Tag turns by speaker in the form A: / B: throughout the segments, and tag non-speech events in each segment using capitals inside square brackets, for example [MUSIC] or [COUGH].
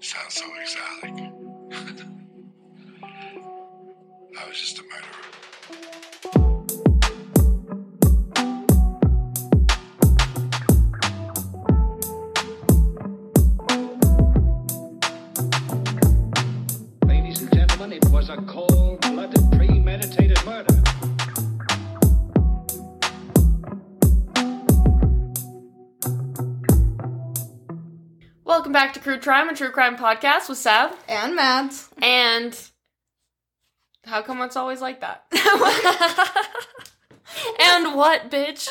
A: Sounds so exotic. [LAUGHS] I was just a murderer.
B: Ladies and gentlemen, it was a cold blooded, premeditated murder.
C: Welcome back to True Crime, a true crime podcast with Sav. [LAUGHS]
D: and Mads.
C: And how come it's always like
D: [LAUGHS]
C: that? and what, bitch?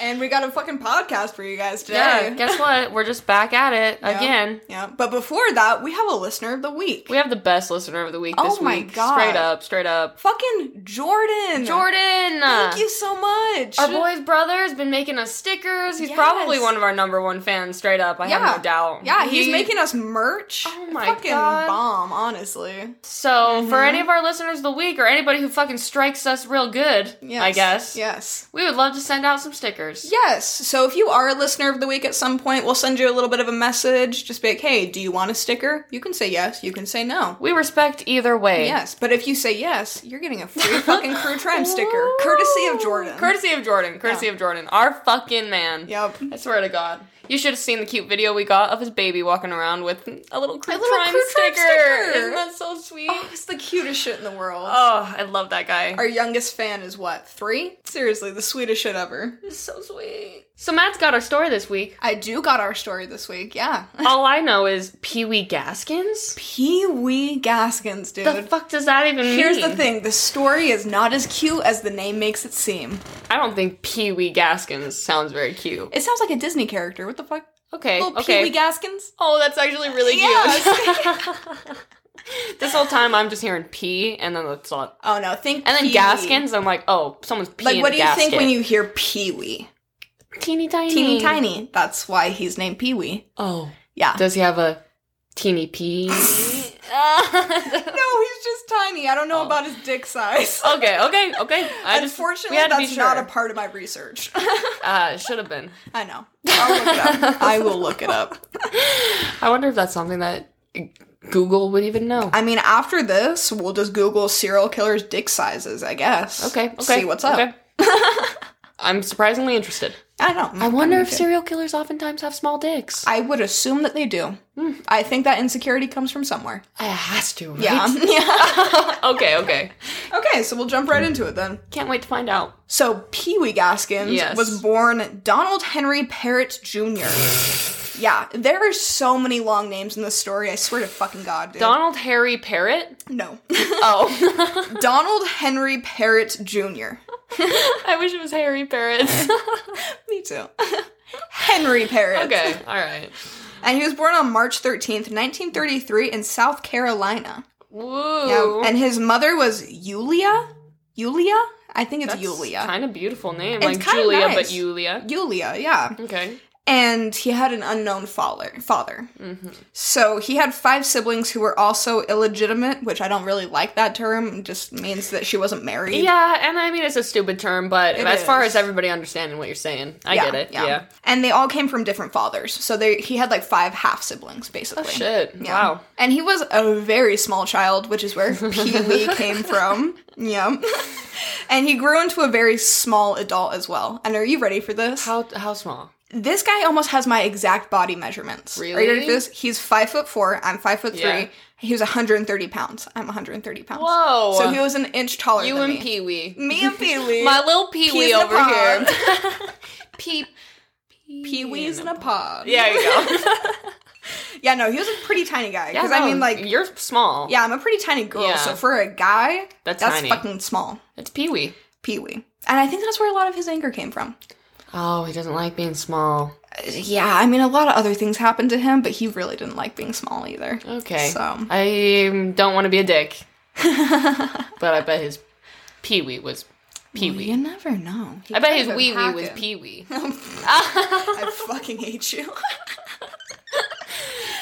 D: And we got a fucking podcast for you guys today.
C: Yeah, guess what? We're just back at it
D: Yeah.
C: again.
D: Yeah. But before that, we have a listener of the week.
C: We have the best listener of the week
D: Oh
C: this
D: my
C: week.
D: God.
C: Straight up, straight up.
D: fucking Jordan.
C: Jordan!
D: Thank you so much.
C: Our boy's brother has been making us stickers. He's probably
D: Yes.
C: one of our number one fans, straight up. I have
D: Yeah.
C: no doubt.
D: Yeah, he's
C: He-
D: making us merch.
C: Oh my
D: fucking
C: God.
D: bomb, honestly.
C: So, for
D: Mm-hmm.
C: any of our listeners of the week or anybody who fucking strikes us real good,
D: Yes.
C: I guess,
D: Yes.
C: we would love to send out some stickers.
D: Yes. So if you are a listener of the week at some point, we'll send you a little bit of a message. Just be like, hey, do you want a sticker? You can say yes, you can say no.
C: We respect either way.
D: Yes. But if you say yes, you're getting a [LAUGHS] free fucking crew Trime sticker. Courtesy of Jordan.
C: Courtesy of Jordan. Courtesy
D: Yeah.
C: of Jordan. Our fucking man.
D: Yep.
C: I swear to God. You should have seen the cute video we got of his baby walking around with a little crew
D: A little
C: crime
D: Crew Crime
C: sticker.
D: sticker.
C: Isn't that so sweet?
D: Oh, it's the cutest shit in the world.
C: Oh, I love that guy.
D: Our youngest fan is what, three? Seriously, the sweetest shit ever.
C: He's so sweet. So Matt's got our story this week.
D: I do got our story this week, yeah.
C: All I know is Pee Wee Gaskins.
D: Pee Wee Gaskins, dude.
C: The fuck does that even mean?
D: Here's the thing the story is not as cute as the name makes it seem.
C: I don't think Pee Wee Gaskins sounds very cute.
D: It sounds like a Disney character. What the fuck?
C: Okay.
D: Little
C: okay.
D: Pee Wee Gaskins?
C: Oh, that's actually really cute.
D: Yes.
C: [LAUGHS]
D: [LAUGHS]
C: this whole time I'm just hearing pee, and then that's all.
D: Oh no, think.
C: And then
D: Pee Wee.
C: Gaskins, I'm like, oh, someone's peeing.
D: Like, what
C: a
D: do you think
C: gasket.
D: when you hear Pee Wee?
C: teeny tiny,
D: Teeny tiny. That's why he's named Pee Wee.
C: Oh,
D: Yeah.
C: does he have a teeny
D: [LAUGHS]
C: pee? [LAUGHS]
D: No, he's just tiny. I don't know
C: Oh.
D: about his dick size.
C: okay, okay, okay. I just,
D: Unfortunately,
C: we had to be
D: that's not
C: sure.
D: a part of
C: [LAUGHS]
D: my research.
C: Uh, should have been.
D: I know. I'll look it up. I will look it up.
C: I wonder if that's something that Google would even know.
D: I mean, after this, we'll just Google serial killers' dick sizes, I guess.
C: okay, okay.
D: See what's up. [LAUGHS]
C: okay. I'm surprisingly interested.
D: I don't.
C: I wonder if serial killers oftentimes have small dicks.
D: I would assume that they do.
C: Hmm.
D: I think that insecurity comes from somewhere.
C: It has to. Right?
D: Yeah. [LAUGHS]
C: [LAUGHS]
D: yeah.
C: okay, okay.
D: Okay, so we'll jump right into it then.
C: Can't wait to find out.
D: So Pee Wee Gaskins
C: Yes.
D: was born Donald Henry Parrott Jr. yeah, there are so many long names in this story. I swear to fucking God, dude.
C: Donald Harry Parrot?
D: no, [LAUGHS]
C: Oh.
D: Donald Henry Parrott Jr.
C: [LAUGHS] I wish it was Harry Parrot.
D: Me too. [LAUGHS] Henry
C: [LAUGHS]
D: Parrott.
C: okay, alright.
D: And he was born on March 13th, 1933, in South Carolina.
C: Woo.
D: Yeah. And his mother was Yulia? Yulia? I think it's
C: That's
D: Yulia.
C: Kind of beautiful name.
D: It's
C: like
D: kinda
C: Julia, but
D: nice.
C: Yulia.
D: Yulia, yeah.
C: Okay.
D: And he had an unknown father. Father.
C: Mm-hmm.
D: So he had five siblings who were also illegitimate, which I don't really like that term. It just means that she wasn't married.
C: Yeah, and I mean it's a stupid term, but
D: It
C: as far as
D: is.
C: everybody understanding what you're saying, I get it. Yeah.
D: And they all came from different fathers. So they he had like five half siblings, basically.
C: Oh shit.
D: Yeah.
C: Wow.
D: And he was a very small child, which
C: [LAUGHS]
D: is where Pee Wee came from. Yeah. and he grew into a very small adult as well. And are you ready for this?
C: How how small?
D: this guy almost has my exact body measurements. Are
C: Really?
D: you ready for this? He's five foot four. I'm five foot
C: Yeah.
D: three. He was 130 pounds. I'm 130 pounds.
C: Whoa.
D: So he was an inch taller
C: you
D: than
C: and
D: me.
C: Pee Wee. [LAUGHS]
D: Me and Pee Wee.
C: My little Pee Wee
D: in a
C: over here.
D: pod.
C: [LAUGHS] Pee
D: Pee Wee's in a pod.
C: There you go.
D: [LAUGHS] Yeah, no, he was a pretty tiny guy.
C: Yeah,
D: Because I
C: no,
D: mean, like,
C: you're small.
D: yeah, I'm a pretty tiny girl.
C: Yeah.
D: So for a guy,
C: That's tiny.
D: fucking small.
C: it's Pee Wee.
D: Pee Wee. And I think that's where a lot of his anger came from.
C: Oh, he doesn't like being small.
D: Yeah, I mean, a lot of other things happened to him, but he really didn't like being small either.
C: Okay,
D: So.
C: I um, don't want to be a
D: [LAUGHS]
C: dick, but I bet his Pee Wee was Pee Wee.
D: You never know. He
C: I bet his
D: could've
C: Wee
D: been
C: Wee was
D: packing.
C: Pee
D: [LAUGHS]
C: Wee.
D: I fucking
C: [LAUGHS]
D: hate you.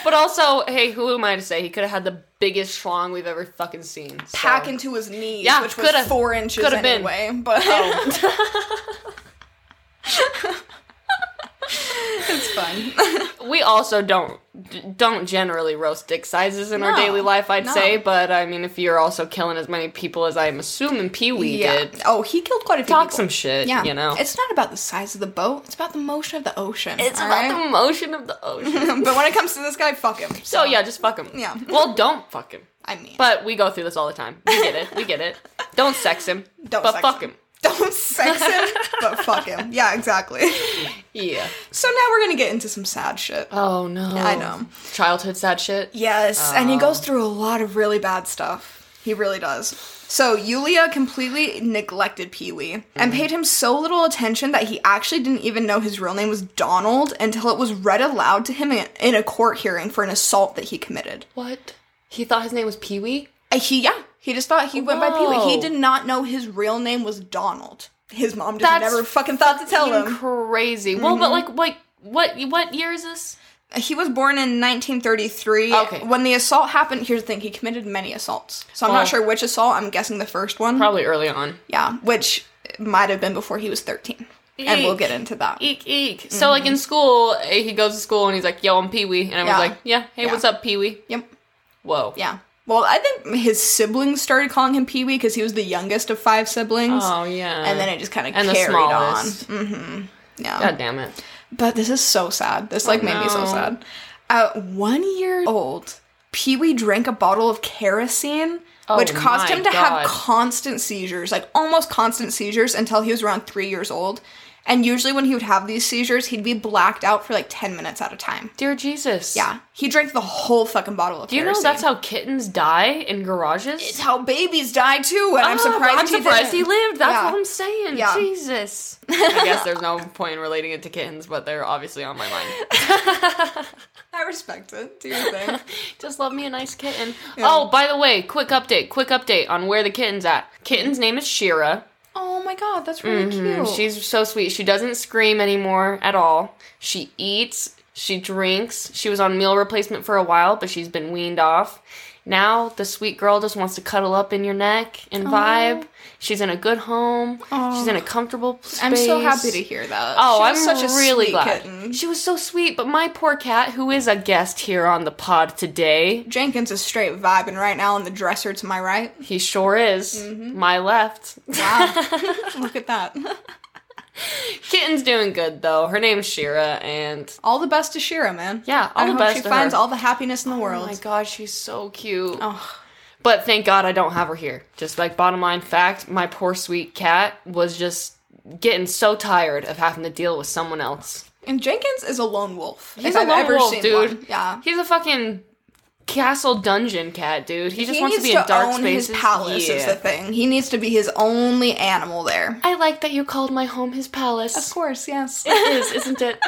C: But also, hey, who am I to say he could have had the biggest schlong we've ever fucking seen? so-
D: Pack into his knees,
C: Yeah,
D: which was
C: coulda-
D: four inches
C: coulda been.
D: anyway. But
C: Oh.
D: [LAUGHS] it's fun.
C: We also don't d- don't generally roast dick sizes in our
D: No,
C: daily life, I'd
D: no.
C: say. But I mean, if you're also killing as many people as I'm assuming Pee Wee
D: yeah.
C: did,
D: Oh, he killed quite a few
C: talk
D: people.
C: some shit.
D: Yeah.
C: you know,
D: It's not about the size of the boat. It's about the motion of the ocean.
C: It's
D: all
C: about
D: right?
C: the motion of the
D: [LAUGHS]
C: ocean.
D: But when it comes to this guy, fuck him.
C: [LAUGHS] so yeah, just fuck him.
D: Yeah.
C: Well, don't fuck him.
D: I mean,
C: But we go through this all the time. We get it. We get it. Don't sex him.
D: [LAUGHS] don't
C: But
D: sex
C: fuck
D: him.
C: him.
D: Don't sex him, but
C: [LAUGHS]
D: fuck him. Yeah, exactly.
C: Yeah.
D: So now we're gonna get into some sad shit.
C: Oh no.
D: I know.
C: Childhood sad shit.
D: Yes, and he
C: Oh.
D: goes through a lot of really bad stuff. He really does. So Yulia completely neglected Pee Wee and
C: Mm.
D: paid him so little attention that he actually didn't even know his real name was Donald until it was read aloud to him in in a court hearing for an assault that he committed.
C: What? He thought his name was Pee Wee.
D: Uh, He yeah, he just thought he went by Pee Wee. He
C: Whoa.
D: did not know his real name was Donald. His mom just
C: That's
D: never fucking thought to tell him.
C: Crazy. Well, but like, like, what? What year is this?
D: He was born in 1933.
C: Okay.
D: When the assault happened, here's the thing: he committed many assaults. So I'm
C: Oh.
D: not sure which assault. I'm guessing the first one.
C: Probably early on.
D: Yeah, which might have been before he was 13. And we'll get into that.
C: Eek eek. So like in school, eh, he goes to school and he's like, "Yo, I'm Pee Wee," and I was
D: Yeah.
C: like, "Yeah, hey,
D: Yeah.
C: what's up, Pee Wee?"
D: Yep.
C: Whoa.
D: Yeah. Well, I think his siblings started calling him Pee Wee because he was the youngest of five siblings.
C: Oh yeah.
D: and then it just kind of
C: and the
D: carried on. Mm-hmm.
C: smallest.
D: Yeah.
C: God damn it.
D: But this is so sad. This like made me so
C: Oh, no.
D: sad. At one year old, Pee Wee drank a bottle of kerosene,
C: Oh
D: which caused
C: my
D: him to have
C: God.
D: constant seizures, like almost constant seizures, until he was around three years old. And usually, when he would have these seizures, he'd be blacked out for like ten minutes at a time.
C: Dear Jesus.
D: Yeah, he drank the whole fucking bottle of.
C: Do you know that's how kittens die in garages?
D: it's how babies die too, and I'm
C: Ah,
D: surprised.
C: I'm
D: he
C: surprised he
D: didn't.
C: lived. That's
D: Yeah.
C: what I'm saying.
D: Yeah.
C: Jesus. I guess [LAUGHS] there's no point in relating it to kittens, but they're obviously on my mind.
D: I respect it. Do your thing.
C: [LAUGHS] Just love me a nice kitten. Oh, by the way, quick update. Quick update on where the kitten's at. Kitten's name is Shira.
D: oh my god, that's really
C: Mm,
D: cute.
C: She's so sweet. She doesn't scream anymore at all. She eats, she drinks. She was on meal replacement for a while, but she's been weaned off. Now the sweet girl just wants to cuddle up in your neck and vibe. She's in a good home. She's in a comfortable space.
D: I'm so happy to hear that.
C: Oh,
D: She
C: I'm
D: was
C: really
D: sweet
C: glad.
D: kitten.
C: She was so sweet, but my poor cat, who is a guest here on the pod today,
D: Jenkins is straight vibing right now in the dresser to my right.
C: he sure is
D: Mm-hmm.
C: my left. [LAUGHS]
D: Wow. Look at that.
C: Kitten's doing good though. Her name's Shira, and
D: All the best to Shira, man.
C: Yeah, all
D: I
C: the
D: hope
C: best
D: she
C: to
D: finds
C: her.
D: all the happiness in the
C: Oh
D: world.
C: my gosh, she's so cute.
D: Oh.
C: But thank God I don't have her here. Just like bottom line fact, my poor sweet cat was just getting so tired of having to deal with someone else.
D: And Jenkins is a lone wolf.
C: He's
D: if
C: a
D: I've
C: lone
D: ever
C: wolf,
D: seen
C: dude.
D: one. Yeah.
C: He's a fucking castle dungeon cat, dude. He just
D: he
C: wants
D: needs
C: to be in dark
D: own
C: spaces.
D: his palace is the
C: Yeah.
D: thing. He needs to be his only animal there.
C: I like that you called my home his palace.
D: Of course, yes. [LAUGHS]
C: It is, isn't [LAUGHS] it?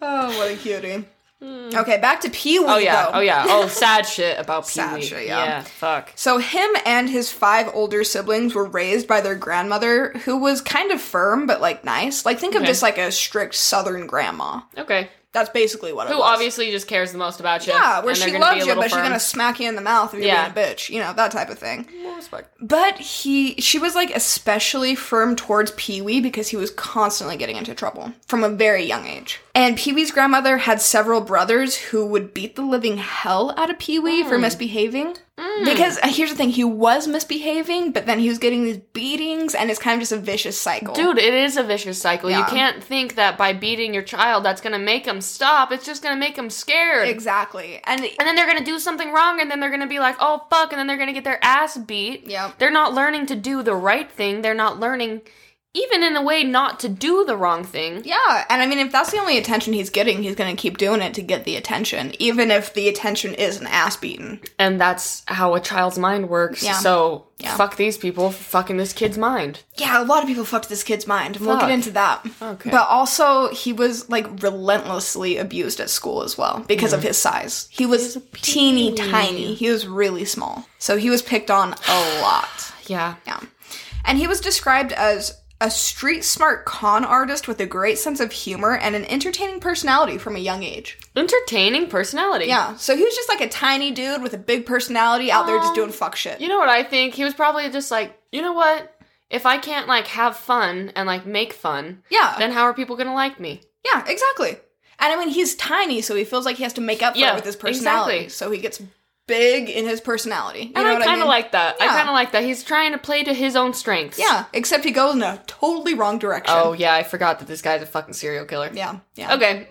D: oh, what a cutie. Okay, back to Pee Wee.
C: Hmm. oh yeah.
D: though.
C: Oh yeah. Oh sad shit about Pee
D: Sad
C: Wee.
D: shit, yeah.
C: Fuck.
D: So him and his five older siblings were raised by their grandmother, who was kind of firm but like nice. Like think of
C: Okay.
D: just like a strict Southern grandma.
C: Okay.
D: That's basically what. it
C: Who
D: was.
C: obviously just cares the most about you.
D: Yeah, where
C: and they're
D: she
C: gonna be
D: loves
C: a
D: you,
C: little
D: but she's
C: firm.
D: gonna smack you in the mouth if you're
C: Yeah.
D: being a bitch. You know that type of thing.
C: Well, respect.
D: But he, she was like especially firm towards Pee Wee because he was constantly getting into trouble from a very young age. And Pee Wee's grandmother had several brothers who would beat the living hell out of Pee Wee for misbehaving. Because uh, here's the thing, he was misbehaving, but then he was getting these beatings, and it's kind of just a vicious cycle.
C: Dude, it is a vicious cycle. You
D: Yeah.
C: can't think that by beating your child that's going to make them stop. It's just going to make them scared.
D: exactly. And
C: And then they're going to do something wrong and then they're going to be like, "Oh fuck," and then they're going to get their ass beat.
D: Yep.
C: They're not learning to do the right thing. They're not learning even in a way not to do the wrong thing.
D: yeah, and I mean, if that's the only attention he's getting, he's gonna keep doing it to get the attention, even if the attention is an ass beating.
C: And that's how a child's mind works.
D: Yeah.
C: So,
D: Yeah.
C: fuck these people for fucking this kid's mind.
D: Yeah, a lot of people fucked this kid's mind. We'll
C: Fuck.
D: get into that.
C: Okay.
D: But also, he was like relentlessly abused at school as well because of his size. He was teeny tiny. He was really small. So he was picked on a lot.
C: Yeah.
D: Yeah. And he was described as a street smart con artist with a great sense of humor and an entertaining personality from a young age.
C: Entertaining personality.
D: Yeah. So he was just like a tiny dude with a big personality out there just doing fuck shit.
C: You know what I think? He was probably just like, you know what? If I can't like have fun and like make fun,
D: Yeah.
C: then how are people gonna like me?
D: Yeah, exactly. And I mean, he's tiny, so he feels like he has to make up for
C: Yeah,
D: it with his personality.
C: exactly.
D: So he gets big in his personality. You
C: And
D: know
C: I
D: what
C: kind of
D: mean?
C: like that. I
D: Yeah.
C: kind of like that. He's trying to play to his own strengths.
D: Yeah, except he goes in a totally wrong direction.
C: Oh yeah, I forgot that this guy's a fucking serial killer.
D: yeah, yeah. [LAUGHS]
C: Okay.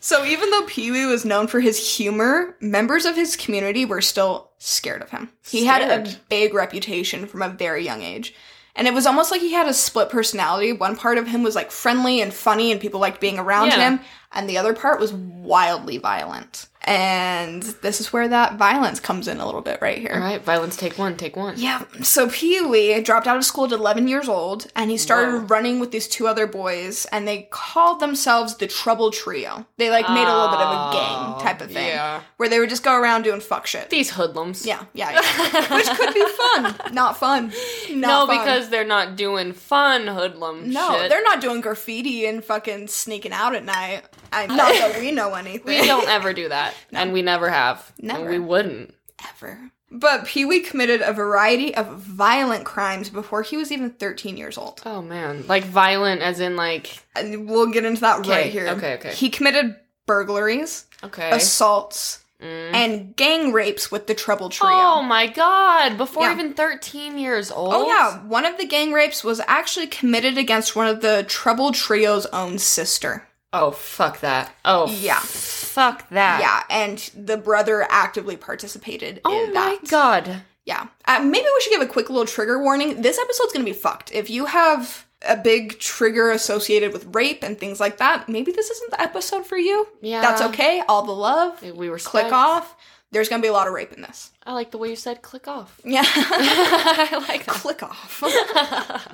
D: So even though Pee Wee was known for his humor, members of his community were still scared of him. He had a
C: Scared.
D: big reputation from a very young age. And it was almost like he had a split personality. One part of him was like friendly and funny and people liked being around
C: Yeah.
D: him, and the other part was wildly violent. And this is where that violence comes in a little bit right here.
C: All right, violence. Take one. Take one.
D: Yeah. So Pee Wee dropped out of school at 11 years old, and he started
C: Whoa.
D: running with these two other boys, and they called themselves the Trouble Trio. They like made a little bit of a gang type of thing,
C: Oh, yeah.
D: where they would just go around doing fuck shit.
C: These hoodlums.
D: Yeah, yeah, yeah. which could be
C: [LAUGHS]
D: fun, not fun.
C: No,
D: Not fun.
C: because they're not doing fun hoodlum
D: no,
C: shit.
D: they're not doing graffiti and fucking sneaking out at night.
C: [LAUGHS]
D: I, not that we know anything.
C: We don't ever do
D: [LAUGHS]
C: that, and we never have, and
D: Never.
C: we wouldn't.
D: ever. But Pee Wee committed a variety of violent crimes before he was even 13 years old.
C: Oh man, like violent, as in like
D: And we'll get into that
C: Okay,
D: right here.
C: okay, okay.
D: He committed burglaries,
C: okay.
D: assaults,
C: Mm.
D: and gang rapes with the Trouble Trio.
C: Oh my god! Before
D: Yeah.
C: even thirteen years old.
D: Oh, yeah, one of the gang rapes was actually committed against one of the Trouble Trio's own sister.
C: Oh fuck that. Oh
D: Yeah.
C: Fuck that.
D: Yeah, and the brother actively participated
C: Oh
D: in
C: my
D: that.
C: god.
D: Yeah. Uh, maybe we should give a quick little trigger warning. This episode's gonna be fucked. If you have a big trigger associated with rape and things like that, maybe this isn't the episode for you.
C: Yeah.
D: That's okay. All the love.
C: We were
D: Click off. There's gonna be a lot of rape in this.
C: I like the way you said click off.
D: Yeah.
C: I like that.
D: Click off.
C: [LAUGHS]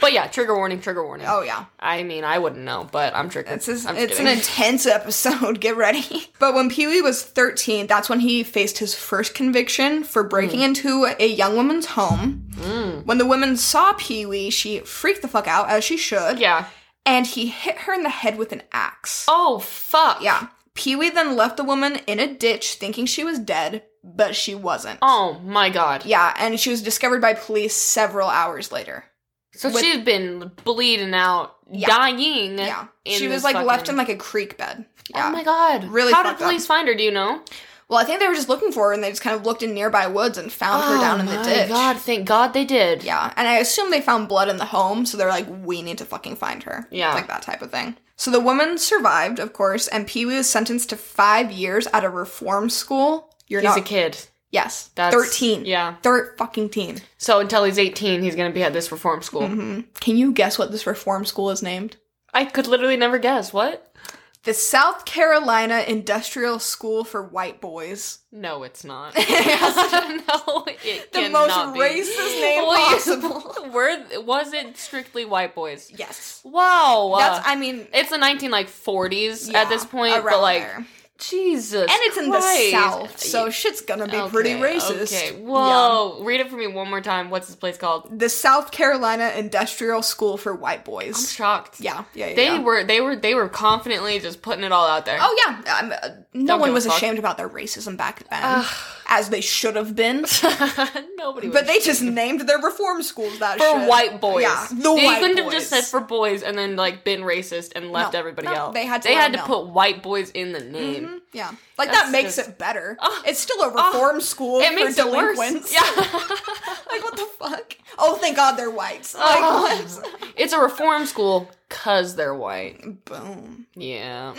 C: But yeah, trigger warning, trigger warning.
D: oh yeah.
C: I mean, I wouldn't know, but I'm triggered.
D: It's just,
C: I'm just
D: it's an
C: kidding.
D: intense [LAUGHS] episode.
C: [LAUGHS]
D: Get ready. But when Pee Wee was 13, that's when he faced his first conviction for breaking
C: Hmm.
D: into a young woman's home. When the woman saw Pee Wee, she freaked the fuck out, as she
C: [LAUGHS]
D: should.
C: yeah.
D: and he hit her in the head with an axe.
C: Oh fuck.
D: Yeah. Pee Wee then left the woman in a ditch thinking she was dead, but she wasn't.
C: Oh my god.
D: Yeah, and she was discovered by police several hours later.
C: So
D: With-
C: she's been bleeding out,
D: Yeah.
C: dying.
D: Yeah.
C: in
D: she was
C: this
D: like left
C: fucking-
D: in like a creek bed. Yeah.
C: Oh my god.
D: Really
C: How did
D: fucked up.
C: police find her? Do you know?
D: well, I think they were just looking for her and they just kind of looked in nearby woods and found her down in the ditch.
C: Oh god. Thank God they did.
D: Yeah, and I assume they found blood in the home, so they're like, we need to fucking find her.
C: Yeah.
D: Like that type of thing. So the woman survived, of course, and Pee Wee was sentenced to five years at a reform school. You're
C: He's
D: not
C: a kid.
D: Yes.
C: That's-
D: 13.
C: yeah.
D: Third fucking teen.
C: So until he's 18, he's going to be at this reform school.
D: Mm-hmm. Can you guess what this reform school is named?
C: I could literally never guess. What?
D: The South Carolina Industrial School for White Boys.
C: No, it's not. [LAUGHS]
D: [LAUGHS]
C: no, it
D: The
C: cannot
D: most
C: be.
D: racist
C: [LAUGHS]
D: name
C: Wait,
D: possible.
C: [LAUGHS] Were, was it strictly white boys?
D: Yes.
C: Wow.
D: That's, I mean,
C: it's the 19 like 40s
D: yeah,
C: at this point,
D: around
C: but like
D: there. And
C: Jesus. And
D: it's in the South, so shit's gonna be pretty racist.
C: Okay.
D: Yeah.
C: Whoa. Read it for me one more time. What's this place called?
D: The South Carolina Industrial School for White
C: I'm
D: Boys.
C: shocked.
D: Yeah, yeah, yeah.
C: They
D: yeah.
C: were they were they were confidently just putting it all out there.
D: Oh yeah, um, uh, no
C: Don't
D: one
C: give a
D: was
C: fuck.
D: ashamed about their racism back then, as they should have
C: [LAUGHS]
D: been.
C: [LAUGHS] Nobody
D: But
C: would.
D: they just named their reform schools that
C: for
D: shit.
C: white boys.
D: Yeah, the
C: they
D: white
C: couldn't
D: boys.
C: have just said for boys and then like been racist and left
D: No,
C: everybody
D: no,
C: out.
D: they had to
C: They
D: let
C: had to
D: them know. Mm-hmm.
C: put white boys in the name.
D: yeah, like
C: That's
D: that makes
C: just-
D: it better.
C: Ugh.
D: it's still a reform school
C: It makes
D: for
C: it worse.
D: delinquents.
C: Yeah.
D: [LAUGHS]
C: [LAUGHS]
D: like what the fuck? Oh, thank God they're whites. Like,
C: Ugh. it's a reform school cuz they're white.
D: what? [LAUGHS] Boom. [LAUGHS]
C: Yeah.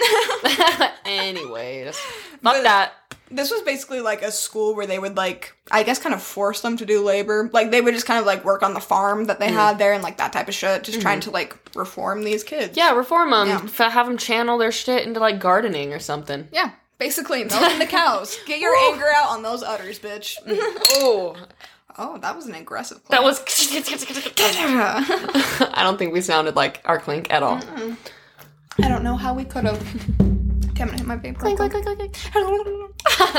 C: Anyways, fuck that.
D: This was basically like a school where they would like, I guess, kind of force them to do labor. Like they would just kind of like work on the farm that they
C: Mm.
D: had there and like that type of shit, just trying to like reform these kids.
C: Mm-hmm. Yeah, reform them.
D: Yeah.
C: F- have them channel their shit into like gardening or something.
D: Yeah.
C: [LAUGHS]
D: Basically, milking the cows. Get your anger out on those udders, bitch.
C: Oh,
D: oh, that was an aggressive.
C: that
D: clip. [LAUGHS]
C: was.
D: Yeah.
C: [LAUGHS] I don't think we sounded like our clink at all.
D: I don't know how we could have. Okay, I'm gonna hit my vape. real quick. [LAUGHS]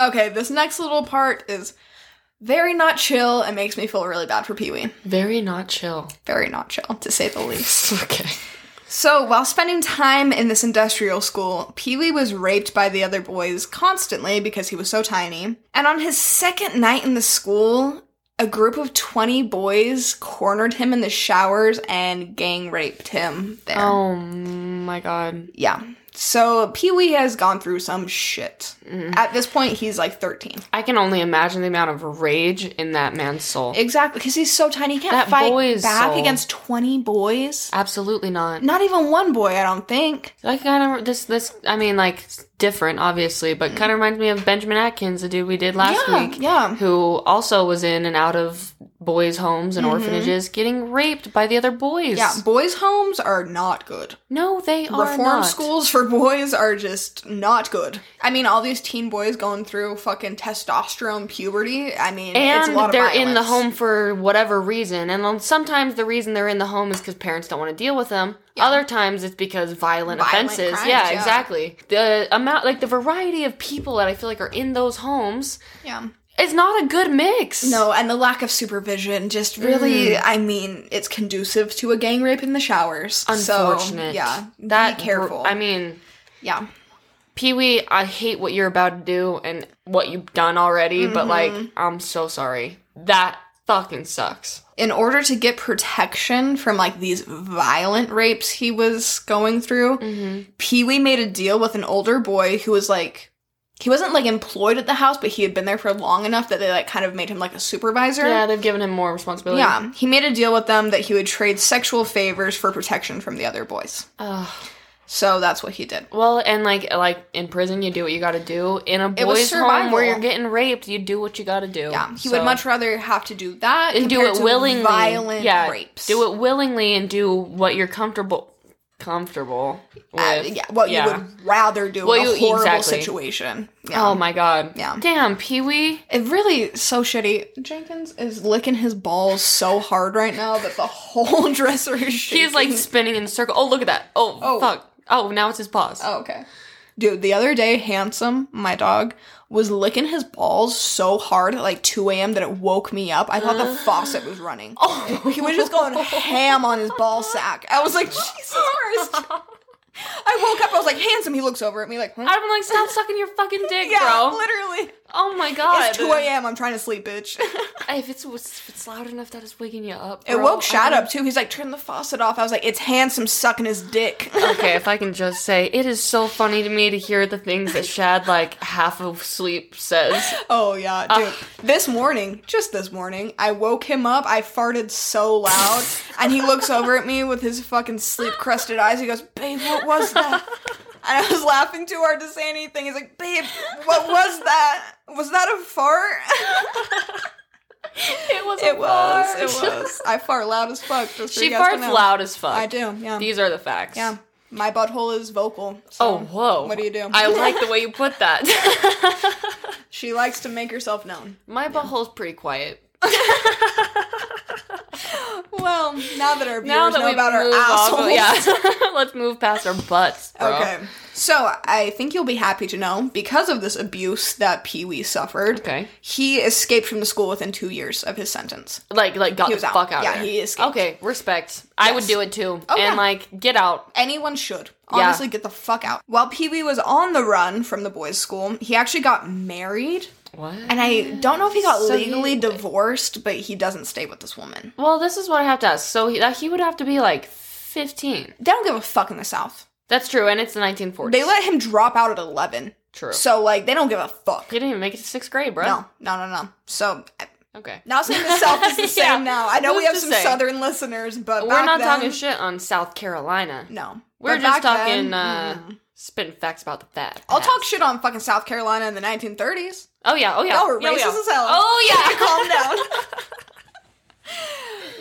D: okay, this next little part is very not chill and makes me feel really bad for Pee Wee.
C: Very not chill.
D: Very not chill, to say the least.
C: [LAUGHS] Okay.
D: So, while spending time in this industrial school, Pee Wee was raped by the other boys constantly because he was so tiny. And on his second night in the school, a group of 20 boys cornered him in the showers and gang raped him there.
C: Oh my god.
D: Yeah. So Pee Wee has gone through some shit.
C: Mm.
D: At this point, he's like 13.
C: I can only imagine the amount of rage in that man's soul.
D: Exactly, because he's so tiny. He can't
C: That
D: fight
C: boy's
D: back
C: soul.
D: against 20 boys.
C: Absolutely not.
D: Not even one boy, I don't think.
C: Like kind of this this I mean like it's different obviously, but kind of reminds me of Benjamin Atkins, the dude we did last
D: yeah,
C: week,
D: yeah.
C: who also was in and out of boys' homes and orphanages, getting raped by the other boys.
D: Yeah, boys' homes are not good.
C: no, they are
D: Reform
C: not.
D: schools for boys are just not good. I mean, all these teen boys going through fucking testosterone puberty. I mean, it's a
C: And
D: lot of
C: they're in the
D: violence.
C: home for whatever reason, and then sometimes the reason they're in the home is because parents don't want to deal with them. Other times it's because violent,
D: Violent
C: offenses.
D: crimes,
C: yeah,
D: yeah.
C: exactly. The amount, like the variety of people that I feel like are in those homes
D: Yeah.
C: is not a good mix.
D: No, and the lack of supervision just really,
C: Mm.
D: I mean, it's conducive to a gang rape in the showers.
C: unfortunate.
D: So, yeah.
C: that
D: be careful.
C: I mean,
D: yeah.
C: Pee Wee, I hate what you're about to do and what you've done already, but like,
D: Mm-hmm.
C: I'm so sorry. That fucking sucks.
D: in order to get protection from like these violent rapes he was going through,
C: Mm-hmm.
D: Pee Wee made a deal with an older boy who was like, he wasn't like employed at the house, but he had been there for long enough that they like kind of made him like a supervisor.
C: Yeah, they've given him more responsibility.
D: Yeah, he made a deal with them that he would trade sexual favors for protection from the other boys.
C: Ugh.
D: So that's what he did.
C: Well, and like like in prison, you do what you got to do. In a
D: It was
C: boys' home where
D: survival.
C: you're getting raped, you do what you got to do.
D: Yeah, he
C: So-
D: would much rather have to do that
C: and do
D: compared
C: it
D: to
C: willingly.
D: Violent
C: yeah,
D: rapes.
C: do it willingly and do what you're comfortable comfortable with.
D: Uh, yeah, what
C: Yeah.
D: you would rather do
C: What
D: in a
C: you-
D: horrible
C: exactly.
D: situation. Yeah.
C: Oh my god.
D: Yeah.
C: Damn, Pee Wee.
D: It really so shitty. Jenkins is licking his balls so hard right now that the whole [LAUGHS] dresser is shaking.
C: He's
D: [LAUGHS]
C: like spinning in a circle. Oh, look at that. Oh,
D: Oh.
C: fuck. Oh, now it's his paws.
D: oh, okay. Dude, the other day, Handsome, my dog, was licking his balls so hard at like 2 a.m. that it woke me up. I thought the faucet was running.
C: [LAUGHS]
D: Oh, he was just going ham on his ball sack. I was like, Jesus Christ. I woke up, I was like, Handsome. He looks over at me like, huh?
C: I'm like, stop sucking your
D: [LAUGHS]
C: fucking dick,
D: yeah,
C: bro.
D: literally.
C: Oh my god.
D: It's 2 a.m. I'm trying to sleep, bitch. [LAUGHS]
C: If it's if it's loud enough that it's waking you up.
D: It
C: bro,
D: woke Shad
C: I-
D: up too. He's like, turn the faucet off. I was like, it's handsome sucking his
C: [LAUGHS]
D: dick.
C: Okay, if I can just say, it is so funny to me to hear the things that Shad, like half of sleep, says.
D: oh yeah, dude. this morning, just this morning, I woke him up. I farted so
C: [LAUGHS]
D: loud, and he looks over at me with his fucking sleep crusted eyes. He goes, babe, what
C: [LAUGHS]
D: was that? And I was laughing too hard to say anything. He's like, babe, what was that? Was that a fart?
C: It was.
D: [LAUGHS] it was.
C: [LAUGHS]
D: It was. [LAUGHS] I fart loud as fuck. Just for
C: she
D: you guys to
C: farts
D: know.
C: loud as fuck.
D: I do. Yeah.
C: These are the facts.
D: yeah. My butthole is vocal.
C: Oh
D: so
C: whoa!
D: What do you do? [LAUGHS]
C: I like the way you put that. [LAUGHS]
D: She likes to make herself known.
C: My butthole's pretty quiet.
D: Well, now that our viewers
C: now that
D: know
C: we
D: about our
C: move off
D: assholes.
C: of, yeah, [LAUGHS] let's move past our butts, bro.
D: Okay. So I think you'll be happy to know, because of this abuse that Pee Wee suffered,
C: Okay.
D: he escaped from the school within two years of his sentence.
C: Like, like, got
D: He
C: the
D: was out.
C: fuck out.
D: Yeah,
C: of there.
D: he escaped.
C: Okay, respect. I would do it too. and
D: Oh, yeah.
C: like, get out.
D: Anyone should.
C: Yeah.
D: Honestly, get the fuck out. While Pee Wee was on the run from the boys' school, he actually got married.
C: What?
D: And I don't know if he got
C: So he-
D: legally divorced, but he doesn't stay with this woman.
C: well, this is what I have to ask. So he, that he would have to be like fifteen.
D: They don't give a fuck in the South.
C: That's true, and it's the 1940s.
D: They let him drop out at 11.
C: true.
D: So, like, they don't give a fuck.
C: he didn't even make it to sixth grade, bro.
D: No, no, no, no. So, I-
C: Okay.
D: Now saying the South is the
C: [LAUGHS]
D: same
C: Yeah.
D: now. I know
C: Who's
D: we have
C: to
D: some
C: say?
D: Southern listeners, but
C: We're
D: back
C: not
D: then-
C: talking shit on South Carolina.
D: No,
C: We're
D: But
C: just
D: back
C: talking
D: then,
C: uh,
D: mm.
C: spitting facts about the fat.
D: I'll talk
C: past.
D: shit on fucking South Carolina in
C: [LAUGHS]
D: the 1930s.
C: Oh yeah. Oh yeah.
D: Y'all were
C: yeah,
D: racist
C: yeah.
D: as hell.
C: Oh yeah.
D: [LAUGHS] Calm
C: [LAUGHS]
D: down.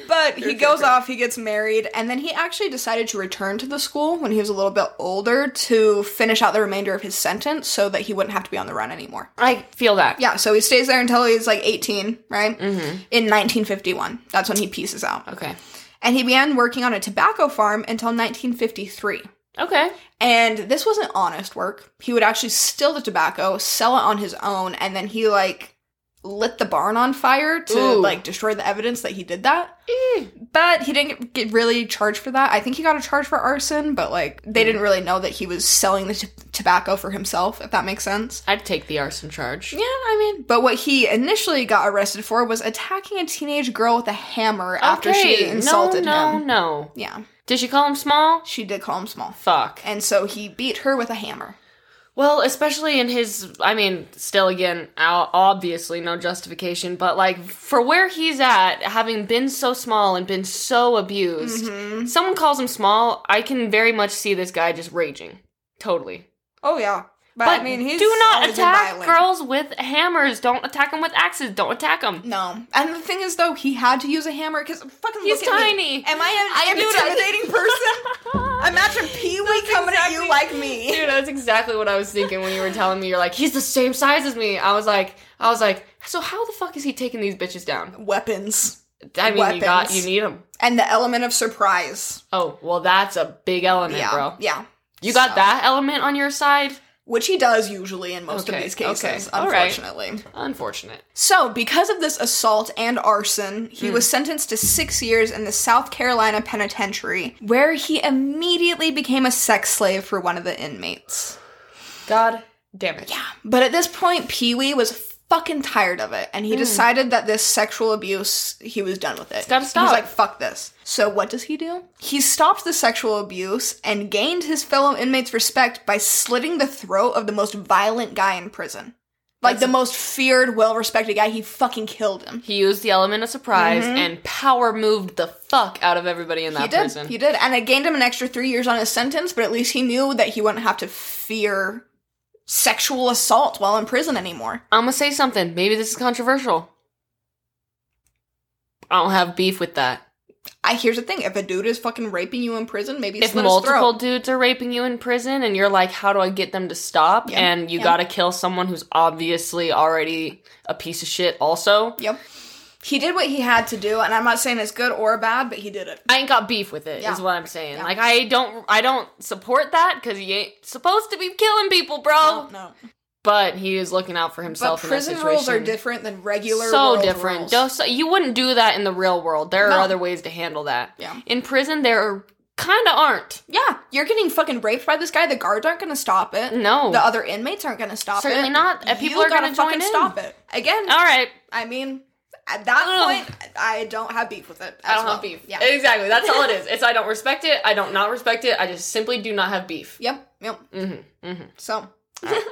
D: But he goes off, he gets married, and then he actually decided to return to the school when he was a little bit older to finish out the remainder of his sentence so that he wouldn't have to be on the run anymore.
C: [LAUGHS] I feel that.
D: Yeah, so he stays there until he's like 18, right? Mm-hmm. In 1951. That's when he pieces out.
C: Okay.
D: and he began working on a tobacco farm until 1953.
C: Okay.
D: And this wasn't honest work. He would actually steal the tobacco, sell it on his own, and then he like lit the barn on fire to
C: Ooh.
D: like destroy the evidence that he did that.
C: Eh.
D: But he didn't get really charged for that. I think he got a charge for arson, but like they didn't really know that he was selling the t- tobacco for himself, if that makes sense.
C: I'd take the arson charge.
D: Yeah, I mean, but what he initially got arrested for was attacking a teenage girl with a hammer after she
C: Okay,
D: insulted
C: no, No,
D: him.
C: no.
D: Yeah,
C: Did she call him small?
D: she did call him small.
C: Fuck.
D: And so he beat her with a hammer.
C: Well, especially in his, I mean, still again, o- obviously no justification, but like for where he's at, having been so small and been so abused,
D: Mm-hmm.
C: someone calls him small, I can very much see this guy just raging. Totally.
D: Oh yeah. But, I mean, he's
C: do not
D: always been
C: attack
D: violent.
C: girls with hammers. Don't attack them with axes. Don't attack
D: [LAUGHS]
C: them.
D: No, and the thing is though, he had to use a hammer because fucking
C: He's
D: look at me.
C: tiny.
D: Am I
C: I
D: an
C: knew that.
D: intimidating [LAUGHS] person? Imagine Pee Wee coming at you like me.
C: Dude, that's exactly what I was thinking when you were telling me you're like, he's the same size as me. I was like, I was like, so how the fuck is he taking these bitches down?
D: Weapons
C: I mean, you got,
D: Weapons.
C: you need him.
D: and the element of surprise.
C: Oh, well, that's a big element,
D: yeah,
C: bro.
D: yeah.
C: You got
D: So-
C: that element on your side?
D: which he does usually in most of
C: Okay,
D: these
C: okay,
D: cases,
C: all right.
D: unfortunately.
C: Unfortunate.
D: So, because of this assault and arson, he was
C: Hmm.
D: sentenced to six years in the South Carolina Penitentiary, where he immediately became a sex slave for one of the inmates.
C: God damn it. Yeah.
D: But at this point, Pee Wee was fucking tired of it, and
C: Hmm.
D: he decided that this sexual abuse, he was done with it.
C: gotta
D: He
C: stop.
D: was like, fuck this. So what does he do? He stopped the sexual abuse and gained his fellow inmates' respect by slitting the throat of the most violent guy in prison. Like the most feared, well respected guy, he fucking killed him.
C: He used the element of surprise and power moved the fuck out of everybody in that
D: Mm-hmm. He did.
C: prison.
D: He did. And it gained him an extra three years on his sentence, but at least he knew that he wouldn't have to fear sexual assault while in prison anymore.
C: I'm gonna say something. Maybe this is controversial. I don't have beef with that.
D: I here's the thing: if a dude is fucking raping you in prison, maybe
C: If
D: slit
C: multiple
D: his throat.
C: dudes are raping you in prison and you're like, how do I get them to stop?
D: Yeah,
C: And you
D: yeah.
C: gotta kill someone who's obviously already a piece of shit, also.
D: Yep, he did what he had to do, and I'm not saying it's good or bad, but he did it.
C: I ain't got beef with it, is
D: Yeah.
C: what I'm saying.
D: Yeah.
C: Like I don't I don't support that because he ain't supposed to be killing people, bro.
D: no.
C: but he is looking out for
D: But
C: himself. in
D: prison
C: that
D: rules are
C: situation.
D: different than regular.
C: So
D: world
C: different.
D: rules.
C: Those- you wouldn't do that in the real world. There are
D: No.
C: other ways to handle that.
D: Yeah.
C: In prison, there are, kind of aren't.
D: yeah, you're getting fucking raped by this guy. The guards aren't gonna stop it.
C: No.
D: the other inmates aren't gonna stop it.
C: Certainly not. Uh, people
D: you
C: are
D: gotta
C: gonna join
D: fucking
C: in.
D: stop it again.
C: All right.
D: I mean, at that
C: Ugh.
D: point, I don't have beef with it.
C: I
D: as
C: don't
D: well.
C: have beef.
D: Yeah.
C: Exactly. That's all it
D: [LAUGHS]
C: is. It's I don't respect it. I don't not respect it. I just simply do not have beef.
D: Yep. Yep.
C: Mm-hmm. Mm-hmm.
D: [LAUGHS] So.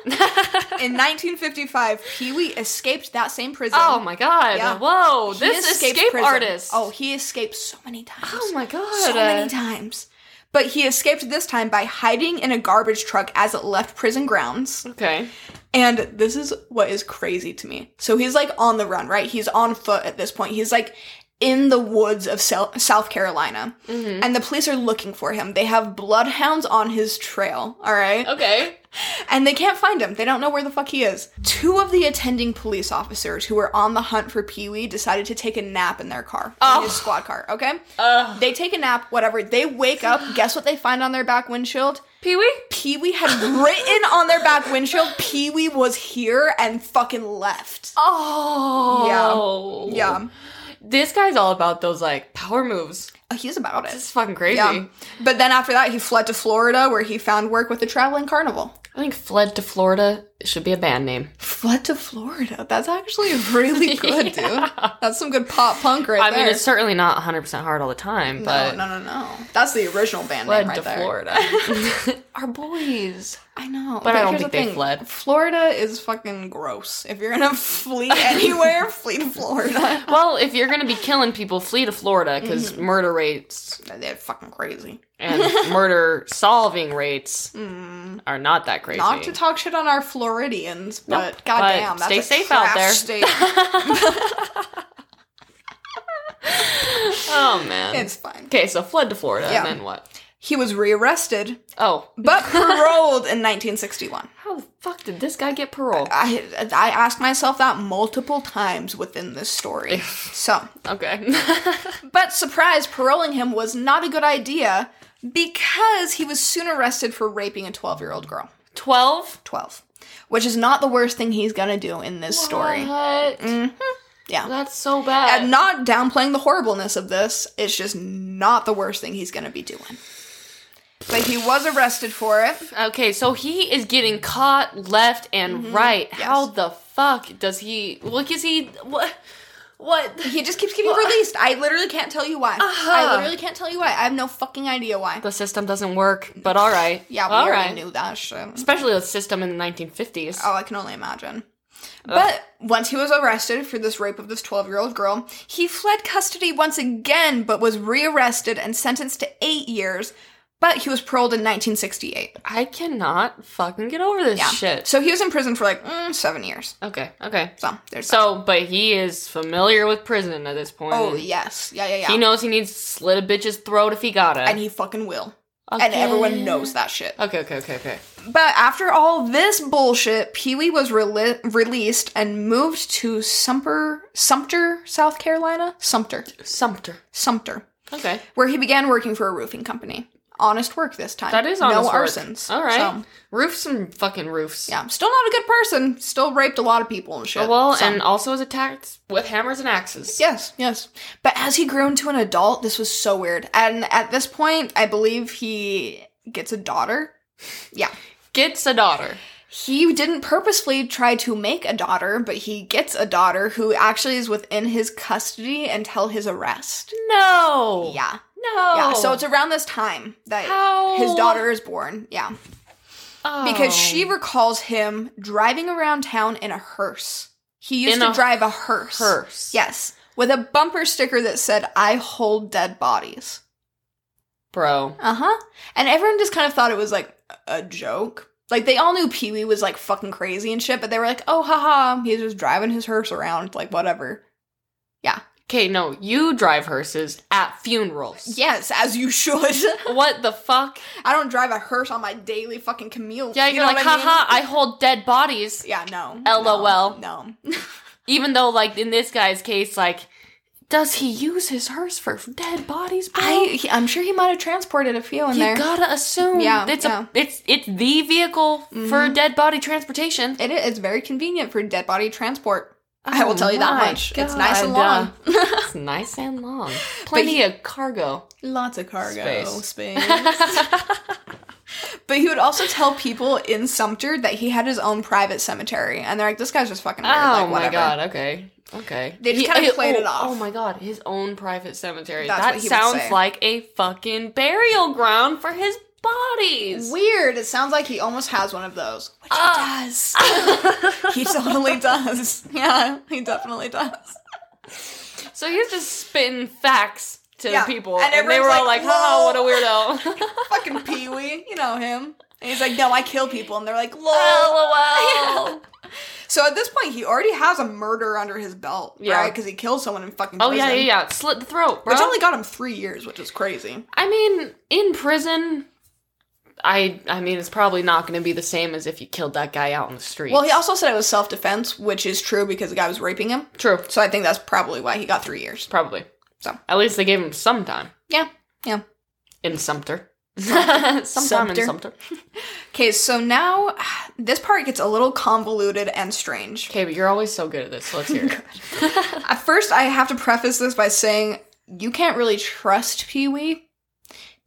D: In 1955, Pee Wee escaped that same prison.
C: oh my god.
D: Yeah.
C: Whoa.
D: He
C: this
D: escaped
C: escape
D: prison.
C: artist.
D: Oh, he escaped so many times.
C: Oh my god.
D: so many times. But he escaped this time by hiding in a garbage truck as it left prison grounds.
C: Okay.
D: And this is what is crazy to me. So he's like on the run, right? He's on foot at this point. He's like in the woods of Sel- South Carolina. And the police are looking for him. They have bloodhounds on his trail, all right?
C: Okay.
D: And they can't find him. They don't know where the fuck he is. Two of the attending police officers who were on the hunt for Pee Wee decided to take a nap in their car, in
C: Oh.
D: his squad car, okay?
C: Uh,
D: They take a nap, whatever. They wake up. Guess what they find on their back windshield?
C: Pee Wee.
D: Pee Wee had written on their back windshield, Pee Wee was here and fucking left.
C: Oh.
D: Yeah.
C: This guy's all about those like power moves.
D: Oh, He's about
C: It's
D: it.
C: fucking crazy.
D: Yeah. But then after that, he fled to Florida where he found work with a traveling carnival.
C: I think fled to Florida should be a band name.
D: Fled to Florida. That's [LAUGHS] actually really good, dude. That's some good pop punk right
C: I
D: there.
C: mean, it's certainly not 100% hard all the time, but
D: no, no, no, no. That's the original band
C: fled
D: name right
C: to
D: there. [LAUGHS]
C: Florida. Our boys.
D: I know,
C: But I don't
D: here's
C: think
D: the
C: they
D: thing.
C: fled.
D: Florida is fucking gross. If you're [LAUGHS] gonna flee anywhere, flee to [LAUGHS] Florida.
C: [LAUGHS] Well, if you're going to be killing people, flee to Florida because
D: Mm-hmm.
C: murder rates
D: They're fucking crazy. [LAUGHS]
C: and murder solving rates are not that crazy.
D: Mm. Not to talk shit on our Floridians, but
C: Nope.
D: goddamn,
C: But
D: that's
C: stay
D: a
C: safe out
D: trash
C: there. [LAUGHS]
D: State.
C: oh, man.
D: it's fine.
C: okay, so fled to Florida
D: Yeah.
C: and then what?
D: He was rearrested,
C: Oh, [LAUGHS]
D: but paroled in 1961.
C: how the fuck did this guy get parole?
D: I I asked myself that multiple times within this story. So,
C: Okay. [LAUGHS]
D: But surprise, paroling him was not a good idea because he was soon arrested for raping a 12 year old girl.
C: 12?
D: 12. which is not the worst thing he's gonna do in this story.
C: Oh,
D: Mm-hmm.
C: What?
D: Yeah.
C: That's so bad.
D: And not downplaying the horribleness of this, it's just not the worst thing he's gonna be doing. But he was arrested for it.
C: Okay, so he is getting caught left and
D: Mm-hmm.
C: right. How the fuck does he? Look, is he what? What?
D: He just keeps getting released. I literally can't tell you why. I
C: Uh-huh.
D: literally can't tell you why. I have no fucking idea why.
C: The system doesn't work, but all right.
D: yeah, we
C: all
D: already
C: right.
D: knew that shit.
C: Especially the system in the 1950s.
D: Oh, I can only imagine. But once he was arrested for this rape of this 12 year old girl, he fled custody once again, but was rearrested and sentenced to eight years. But he was paroled in 1968.
C: I cannot fucking get over this
D: Yeah.
C: shit.
D: So he was in prison for like mm, seven years.
C: okay, okay.
D: So there's that.
C: So, but he is familiar with prison at this point.
D: Oh, yes. Yeah, yeah, yeah.
C: He knows he needs to slit a bitch's throat if he got it.
D: and he fucking will.
C: okay.
D: And everyone knows that shit.
C: Okay, okay, okay, okay.
D: But after all this bullshit, Pee Wee was reli- released and moved to Sumter, Sumter, South Carolina? Sumter.
C: Sumter.
D: Sumter.
C: Okay.
D: where he began working for a roofing company. Honest work this time.
C: That is honest
D: no
C: work.
D: arsons.
C: All right.
D: So,
C: Roofs and fucking roofs.
D: yeah, still not a good person. Still raped a lot of people and shit.
C: Well,
D: So,
C: and also was attacked with hammers and axes.
D: yes, yes. But as he grew into an adult, this was so weird. And at this point, I believe he gets a daughter. Yeah.
C: Gets a daughter.
D: He didn't purposefully try to make a daughter, but he gets a daughter who actually is within his custody until his arrest.
C: No.
D: Yeah.
C: No.
D: Yeah, so it's around this time that
C: How-
D: his daughter is born. Yeah.
C: Oh.
D: because she recalls him driving around town in a hearse. He used
C: In
D: to
C: a
D: drive a hearse.
C: curse.
D: Yes. With a bumper sticker that said, I hold dead bodies.
C: Bro.
D: Uh huh. And everyone just kind of thought it was like a joke. Like they all knew Pee Wee was like fucking crazy and shit, but they were like, oh, haha, he's just driving his hearse around, like whatever.
C: Okay, no, you drive hearses at funerals.
D: Yes, as you should. [LAUGHS]
C: What the fuck?
D: I don't drive a hearse on my daily fucking commute.
C: Yeah,
D: you
C: you're
D: know
C: like,
D: what I mean?
C: haha, I hold dead bodies.
D: Yeah, no.
C: LOL.
D: No. [LAUGHS]
C: Even though, like, in this guy's case, like, does he use his hearse for dead bodies, bro?
D: I, he, I'm sure he might have transported a few in
C: you
D: there.
C: gotta assume
D: Yeah,
C: it's
D: yeah. Mm-hmm.
C: a it's it's the vehicle for dead body transportation.
D: It is it's very convenient for dead body transport. Oh I will tell you that
C: Oh my
D: much. It's nice and
C: God.
D: long.
C: [LAUGHS]
D: [LAUGHS]
C: it's nice and long. Plenty of cargo.
D: Lots of cargo
C: Space. [LAUGHS]
D: but he would also tell people in Sumter that he had his own private cemetery, and they're like, "This guy's just fucking weird."
C: Oh
D: like,
C: my
D: whatever.
C: god, okay. Okay.
D: They just kinda
C: eh,
D: played
C: oh,
D: it off.
C: Oh my god, his own private cemetery.
D: That's
C: that
D: what he would
C: sounds
D: say.
C: like a fucking burial ground for his bodies.
D: Weird. It sounds like he almost has one of those. Which he
C: Ah. [LAUGHS]
D: does. he totally does. Yeah, he definitely does.
C: so he's just spitting facts to
D: Yeah,
C: the people.
D: and
C: And, they were
D: everyone's
C: all
D: like,
C: like, oh, what a
D: "Whoa." [LAUGHS]
C: weirdo. [LAUGHS]
D: fucking Pee Wee, you know him. And he's like, "No, I kill people," and they're like, "Lol."
C: Oh. LOL.
D: So at this point, he already has a murder under his belt,
C: Yeah.
D: right? Because he killed someone in fucking.
C: Oh yeah, yeah,
D: prison.
C: yeah. Slit the throat, bro.
D: Which only got him three years, which is crazy.
C: I mean, in prison, I I mean, it's probably not going to be the same as if you killed that guy out in the street.
D: Well, he also said it was self defense, which is true because the guy was raping him.
C: true,
D: So I think that's probably why he got three years.
C: probably.
D: So.
C: at least they gave him some time
D: Yeah, yeah.
C: in Sumter. [LAUGHS] Sometime
D: Sumter.
C: in Sumter.
D: Okay, so now this part gets a little convoluted and strange.
C: Okay, but you're always so good at this. So let's hear
D: [LAUGHS]
C: it.
D: At first, I have to preface this by saying you can't really trust Pee Wee.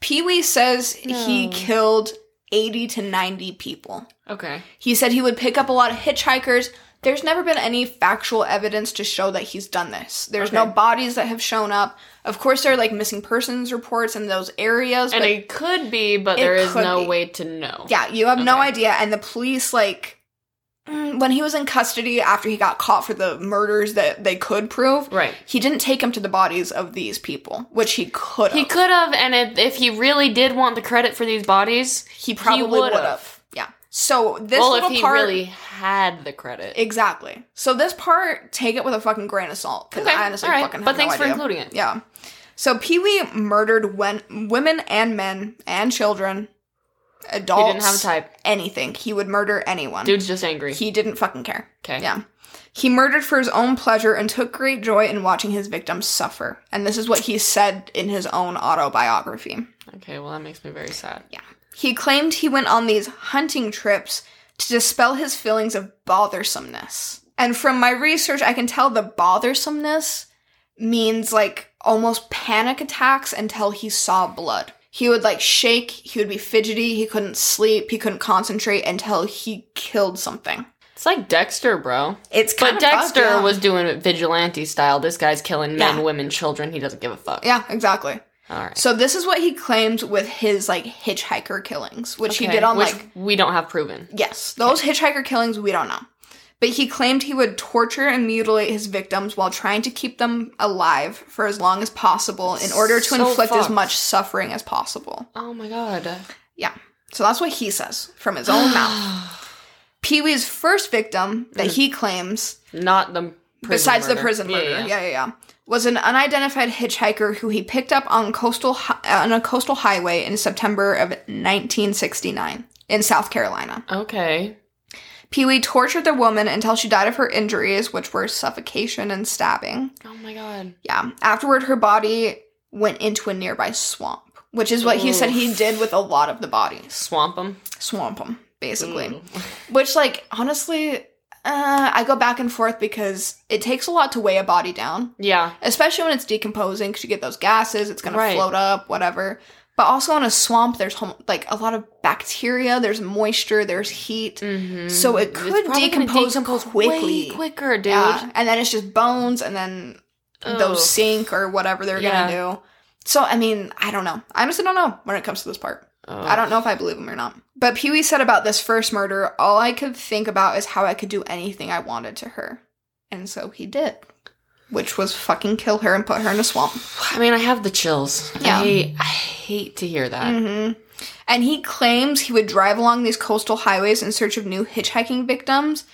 D: Pee Wee says he
C: No.
D: killed 80 to 90 people.
C: okay,
D: He said he would pick up a lot of hitchhikers. There's never been any factual evidence to show that he's done this. There's no
C: Okay.
D: bodies that have shown up. Of course, there are like missing persons reports in those areas.
C: and
D: but
C: it could be, but
D: It
C: there is
D: could
C: no
D: be.
C: way to know.
D: yeah, you have no
C: Okay.
D: idea. And the police, like, mm, when he was in custody after he got caught for the murders that they could prove,
C: right.
D: he didn't take him to the bodies of these people, which he could
C: He
D: have.
C: could have, and if, if he really did want the credit for these bodies,
D: He probably would
C: would've.
D: have. Yeah. So this
C: well, if
D: little
C: he
D: part.
C: really had the credit,
D: Exactly. So this part, take it with a fucking grain of salt. Because
C: Okay,
D: I honestly
C: all right,
D: fucking have
C: but
D: no
C: thanks for
D: idea.
C: including it.
D: Yeah. So Pee Wee murdered wen- women and men and children,
C: he
D: adults.
C: didn't have a type.
D: Anything. He would murder anyone.
C: Dude's just angry.
D: He didn't fucking care.
C: okay.
D: Yeah. He murdered for his own pleasure and took great joy in watching his victims suffer. And this is what he said in his own autobiography.
C: Okay, well that makes me very sad.
D: He claimed he went on these hunting trips to dispel his feelings of bothersomeness. And from my research, I can tell the bothersomeness means like almost panic attacks until he saw blood. He would like shake, he would be fidgety, he couldn't sleep, he couldn't concentrate until he killed something.
C: It's like Dexter, bro.
D: It's kind
C: But
D: of
C: Dexter was doing it vigilante style. This guy's killing men,
D: Yeah.
C: women, children. He doesn't give a fuck.
D: Yeah, exactly.
C: All right.
D: So this is what he claimed with his like hitchhiker killings, which he did on
C: which
D: like
C: we don't have proven.
D: Yes, those hitchhiker killings, we don't know. But he claimed he would torture and mutilate his victims while trying to keep them alive for as long as possible in order to
C: So
D: inflict as
C: fucked.
D: much suffering as possible.
C: Oh my god.
D: Yeah. So that's what he says from
C: [SIGHS]
D: his own mouth. Pee Wee's first victim that he claims,
C: Not the Mm. prison
D: besides the
C: murder.
D: prison
C: Yeah,
D: murder,
C: yeah, yeah.
D: yeah, yeah, yeah, was an unidentified hitchhiker who he picked up on coastal hi- uh, on a coastal highway in September of 1969 in South Carolina.
C: Okay.
D: Pee Wee tortured the woman until she died of her injuries, which were suffocation and stabbing.
C: Oh my god.
D: Yeah. Afterward, her body went into a nearby swamp, which is what he said he did with a lot of the bodies.
C: Swamp him.
D: Swamp them, basically.
C: Ooh.
D: Which, like, honestly, uh, I go back and forth because it takes a lot to weigh a body down,
C: Yeah.
D: especially when it's decomposing because you get those gases, it's going
C: Right.
D: to float up, whatever. But also in a swamp, there's hom- like a lot of bacteria, there's moisture, there's heat.
C: Mm-hmm.
D: So it could decompose
C: way
D: quickly.
C: quicker, dude.
D: Yeah, and then it's just bones, and then
C: Ugh.
D: those sink or whatever they're
C: Yeah.
D: gonna do. So I mean, I don't know. I honestly don't know when it comes to this part.
C: Ugh.
D: I don't know if I believe him or not. But Pee Wee said about this first murder, all I could think about is how I could do anything I wanted to her, and so he did, which was fucking kill her and put her in a swamp.
C: I mean, I have the chills.
D: Yeah.
C: I hate, I hate to hear that.
D: hmm And he claims he would drive along these coastal highways in search of new hitchhiking victims,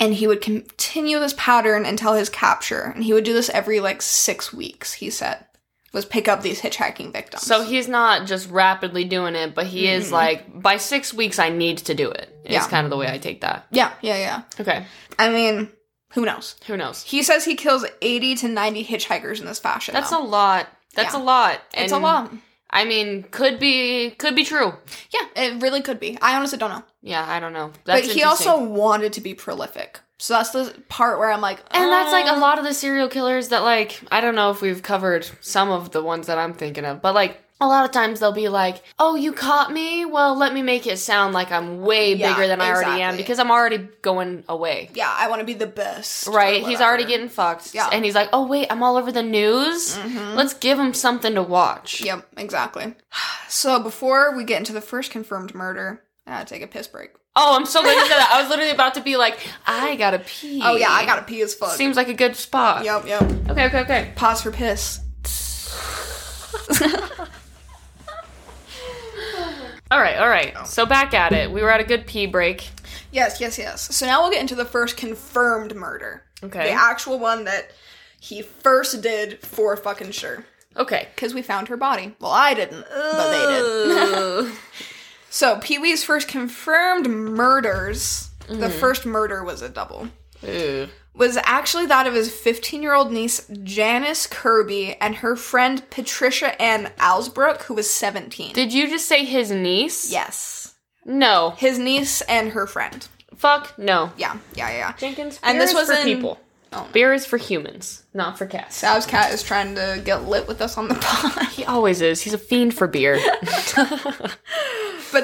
D: and he would continue this pattern until his capture. And he would do this every like six weeks, he said, was pick up these hitchhiking victims.
C: So he's not just rapidly doing it, but he is like, by six weeks, I need to do it. It's
D: Yeah.
C: kind of the way I take that.
D: yeah, yeah, yeah.
C: Okay.
D: I mean, who knows?
C: Who knows?
D: He says he kills 80 to 90 hitchhikers in this fashion.
C: That's a
D: though.
C: lot. That's
D: Yeah.
C: a lot.
D: It's
C: And,
D: a lot.
C: I mean, could be, could be true.
D: Yeah, it really could be. I honestly don't know.
C: Yeah, I don't know. That's
D: but he
C: interesting.
D: also wanted to be prolific. So that's the part where I'm like,
C: And that's like
D: uh,
C: a lot of the serial killers that like I don't know if we've covered some of the ones that I'm thinking of, but like a lot of times they'll be like, "Oh, you caught me? Well, let me make it sound like I'm way
D: Yeah,
C: bigger than I already am
D: exactly.
C: because I'm already going away."
D: Yeah, I want to be the best. or
C: Right? He's already
D: whatever.
C: getting fucked.
D: Yeah. Mm-hmm.
C: And he's like, "Oh, wait, I'm all over the news. Let's give him something to watch."
D: Yep, exactly. So before we get into the first confirmed murder, I gotta take a piss break.
C: Oh, I'm so glad you said that. I was literally about to be like, "I got to pee."
D: Oh yeah, I gotta pee as fuck.
C: Seems like a good spot.
D: yep, yep.
C: Okay, okay, okay.
D: Pause for piss.
C: All right, all right. So back at it. We were at a good pee break.
D: Yes, yes, yes. So now we'll get into the first confirmed murder.
C: Okay.
D: The actual one that he first did for fucking sure.
C: Okay.
D: Because we found her body. Well, I didn't, but they did. So Pee Wee's first confirmed murders, the first murder was a double.
C: Ooh.
D: was actually that of his 15 year old niece Janice Kirby and her friend Patricia Ann Alsbrook, who was 17.
C: Did you just say his niece?
D: yes.
C: No.
D: His niece and her friend.
C: Fuck no.
D: Yeah, yeah, yeah. yeah.
C: Jenkins,
D: And this was
C: for
D: in-
C: people.
D: Oh.
C: Beer is for humans, not for cats.
D: Sav's cat is trying to get lit with us on the [LAUGHS] pod.
C: he always is. He's a fiend for
D: [LAUGHS]
C: beer.
D: but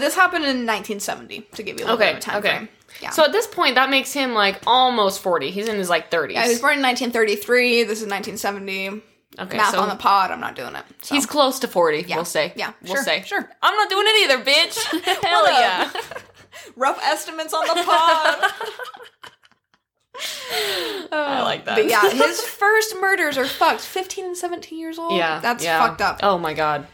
D: this happened in 1970, to give you a little bit
C: okay.
D: of a time
C: okay.
D: frame. Yeah.
C: So at this point, that makes him like almost forty. He's in his like thirties.
D: yeah, he was born in 1933. This is 1970.
C: okay.
D: Math
C: so
D: on the pod. I'm not doing it. So.
C: he's close to forty. We'll say.
D: Yeah,
C: We'll
D: sure,
C: say.
D: sure.
C: I'm not doing it either,
D: [LAUGHS]
C: bitch. Hell
D: What up?
C: yeah.
D: rough estimates on
C: [LAUGHS]
D: the pod.
C: I like that.
D: But yeah,
C: [LAUGHS]
D: his first murders are fucked. 15 and 17 years old.
C: Yeah.
D: That's
C: yeah.
D: fucked up.
C: Oh my god.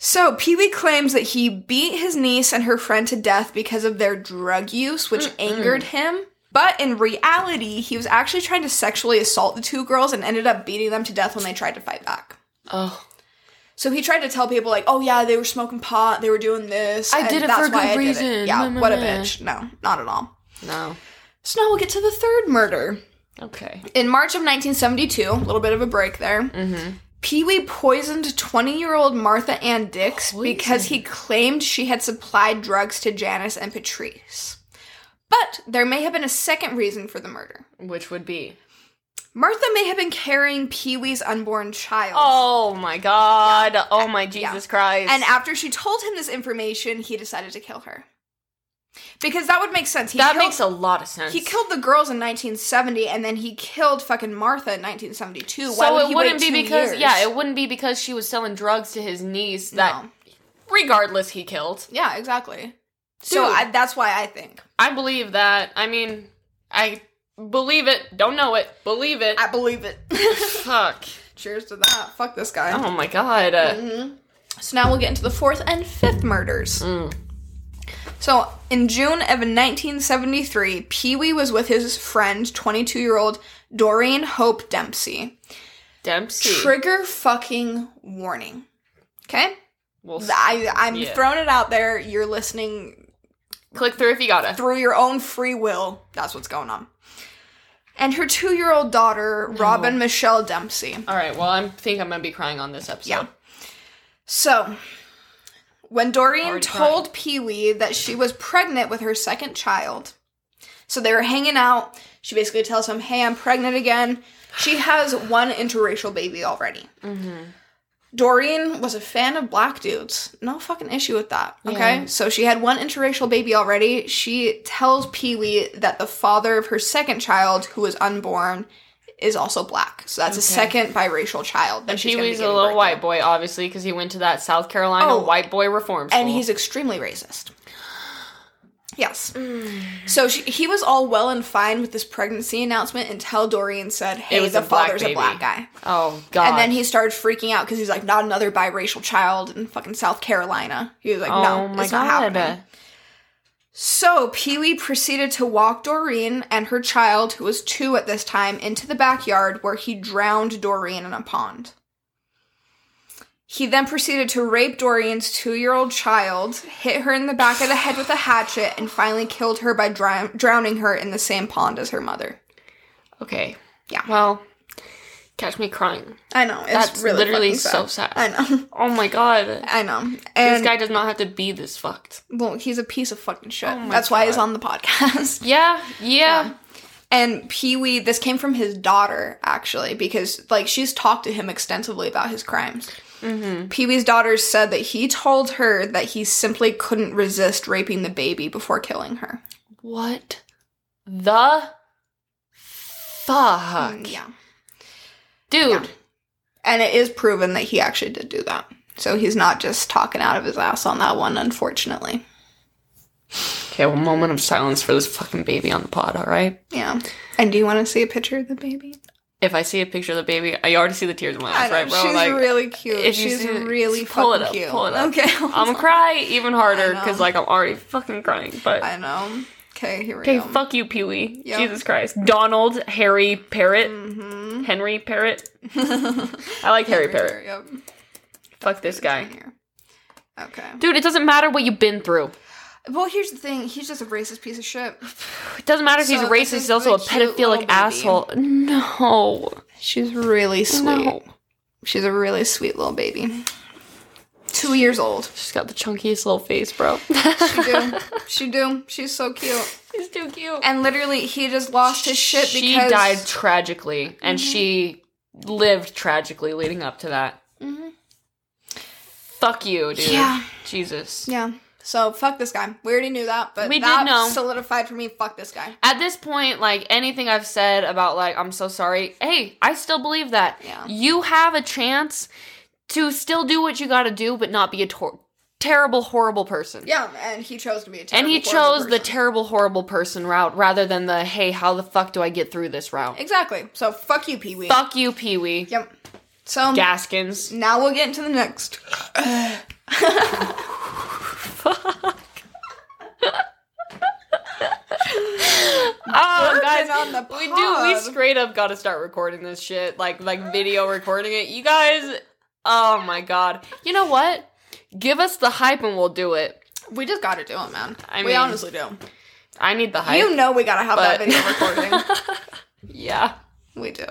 D: So, Pee Wee claims that he beat his niece and her friend to death because of their drug use, which angered him. But in reality, he was actually trying to sexually assault the two girls and ended up beating them to death when they tried to fight back.
C: Oh.
D: So he tried to tell people like, "Oh yeah, they were smoking pot, they were doing this.
C: I
D: and
C: did it for a good
D: did it."
C: reason.
D: Yeah,
C: Meh, meh,
D: what a
C: meh.
D: bitch. No, not at all.
C: No.
D: So now we'll get to the third murder.
C: Okay.
D: In March of 1972, a little bit of a break there,
C: Mm-hmm.
D: Pee Wee poisoned 20 year old Martha Ann Dix because he claimed she had supplied drugs to Janice and Patrice. But there may have been a second reason for the murder.
C: Which would be.
D: Martha may have been carrying Pee Wee's unborn child.
C: Oh my god. Oh my
D: Yeah.
C: Jesus Christ.
D: And after she told him this information, he decided to kill her. Because that would make sense. He
C: that
D: killed-
C: makes a lot of sense.
D: He killed the girls in 1970, and then he killed fucking Martha in 1972. Why
C: so
D: would
C: it
D: he
C: wouldn't
D: wait
C: be
D: two
C: because
D: years?
C: yeah, it wouldn't be because she was selling drugs to his niece that
D: No.
C: regardless he killed.
D: yeah, exactly. So
C: Dude.
D: I, that's why I think
C: I believe that. I mean, I believe it. Don't know it. Believe it.
D: I
C: [LAUGHS]
D: believe it.
C: Fuck.
D: Cheers to that. Fuck this guy.
C: Oh my god. Uh,
D: Mm-hmm. So now we'll get into the fourth and fifth murders.
C: Mm.
D: So in June of 1973, Pee Wee was with his friend, 22 year old Doreen Hope Dempsey.
C: Dempsey.
D: Trigger fucking warning. Okay?
C: We'll s-
D: I, I'm
C: Yeah.
D: throwing it out there. You're listening
C: click through if you gotta.
D: through your own free will. That's what's going on. And her two year old
C: Oh.
D: daughter, Robin Michelle Dempsey.
C: All right. Well, I think I'm gonna be crying on this episode.
D: Yeah. So, when Doreen
C: Already
D: told Pee Wee that she was pregnant with her second child, so they were hanging out, she basically tells him, Hey, I'm pregnant again. She has one interracial baby already.
C: Mm-hmm.
D: Doreen was a fan of black dudes. No fucking issue with that. Okay.
C: Yeah.
D: So she had one interracial baby already. She tells Pee Wee that the father of her second child, who is unborn, is also black. So that's a second biracial child. That she's
C: He
D: gonna be
C: was a
D: giving birth
C: little
D: to.
C: white boy, obviously, because he went to that South Carolina
D: Oh.
C: white boy reform school.
D: and he's extremely racist. Yes. So she, he was all well and fine with this pregnancy announcement until Dorian said, "Hey,
C: It was
D: the
C: a black
D: father's a
C: baby.
D: black guy,"
C: oh god.
D: and then he started freaking out because he's like, "Not another biracial child in fucking South Carolina." He was like,
C: Oh
D: "No,
C: my
D: it's
C: god.
D: not happening." So Pee Wee proceeded to walk Doreen and her child, who was two at this time, into the backyard where he drowned Doreen in a pond. He then proceeded to rape Doreen's two year old child, hit her in the back of the head with a hatchet, and finally killed her by drow- drowning her in the same pond as her mother.
C: Okay.
D: Yeah.
C: Well, catch me crying.
D: I know. It's
C: That's
D: really
C: literally
D: fucking
C: so sad.
D: I know. [LAUGHS]
C: Oh my god.
D: I know.
C: This
D: And
C: guy does not have to be this fucked.
D: well, he's a piece of fucking shit.
C: my
D: That's why he's
C: God.
D: on the [LAUGHS] podcast.
C: Yeah. Yeah.
D: And Pee Wee, this came from his daughter, actually, because, like, she's talked to him extensively about his crimes.
C: Mm-hmm.
D: Pee Wee's daughter said that he told her that he simply couldn't resist raping the baby before killing her.
C: What the fuck?
D: Mm, Yeah.
C: Dude.
D: And it is proven that he actually did do that. So he's not just talking out of his ass on that one, unfortunately.
C: Okay, well, moment of silence for this fucking baby on the pod, all right?
D: Yeah. And do you want to see a picture of the baby?
C: If I see a picture of the baby, I already see the tears in my eyes, right, bro?
D: She's
C: like,
D: really cute.
C: if you
D: She's
C: see-
D: really
C: pull it
D: fucking
C: up,
D: cute.
C: pull it up.
D: [LAUGHS] Okay.
C: I'm gonna cry even harder
D: I
C: because,
D: know.
C: like, I'm already fucking crying. But
D: I know. Okay, here we
C: okay,
D: go.
C: fuck you, Pee Wee.
D: Yeah.
C: Jesus Christ, Donald Harry Parrot,
D: Mm-hmm.
C: Henry
D: [LAUGHS]
C: Parrot. I like Harry Parrot.
D: Yep.
C: Fuck this guy,
D: here. Okay.
C: dude. It doesn't matter what you've been through.
D: Well, here's the thing. He's just a racist piece of shit. [LAUGHS]
C: It doesn't matter if
D: So
C: he's
D: this
C: racist.
D: is
C: He's also a
D: the cute little
C: pedophilic
D: baby.
C: asshole. [LAUGHS] No,
D: She's really sweet.
C: no.
D: She's a really sweet little baby. Two years old.
C: She's got the chunkiest little face, bro. [LAUGHS]
D: She do. [LAUGHS] she do. She's so cute.
C: She's too cute.
D: And literally, he just lost his shit
C: she
D: because Mm-hmm.
C: died tragically and she lived tragically leading up to that fuck you dude
D: Mm-hmm. Yeah.
C: jesus
D: Yeah. So fuck this guy. We already knew that, but
C: We did
D: that
C: know.
D: solidified for me. Fuck this guy.
C: at this point like anything i've said about like i'm so sorry hey i still believe that
D: Yeah.
C: you have a chance to still do what you gotta do but not be a tor- terrible horrible person
D: Yeah, and he chose to be a.
C: and
D: Terrible,
C: he
D: horrible
C: chose the
D: person.
C: terrible horrible person route rather than the hey how the fuck do i get through this route
D: exactly. So fuck you, Pee Wee.
C: fuck you pee-wee
D: Yep. So
C: gaskins
D: now we'll get into the next.
C: Oh,
D: Working
C: Oh, guys,
D: on the
C: we do. We
D: pod.
C: straight up got to start recording this shit, like like video recording it. You guys, oh my god. You know what? Give us the hype and we'll do it.
D: We just got to do it, man.
C: I
D: we
C: mean-
D: honestly do.
C: I need the hype.
D: You know we gotta have that
C: but-
D: video
C: [LAUGHS]
D: recording.
C: yeah.
D: we do.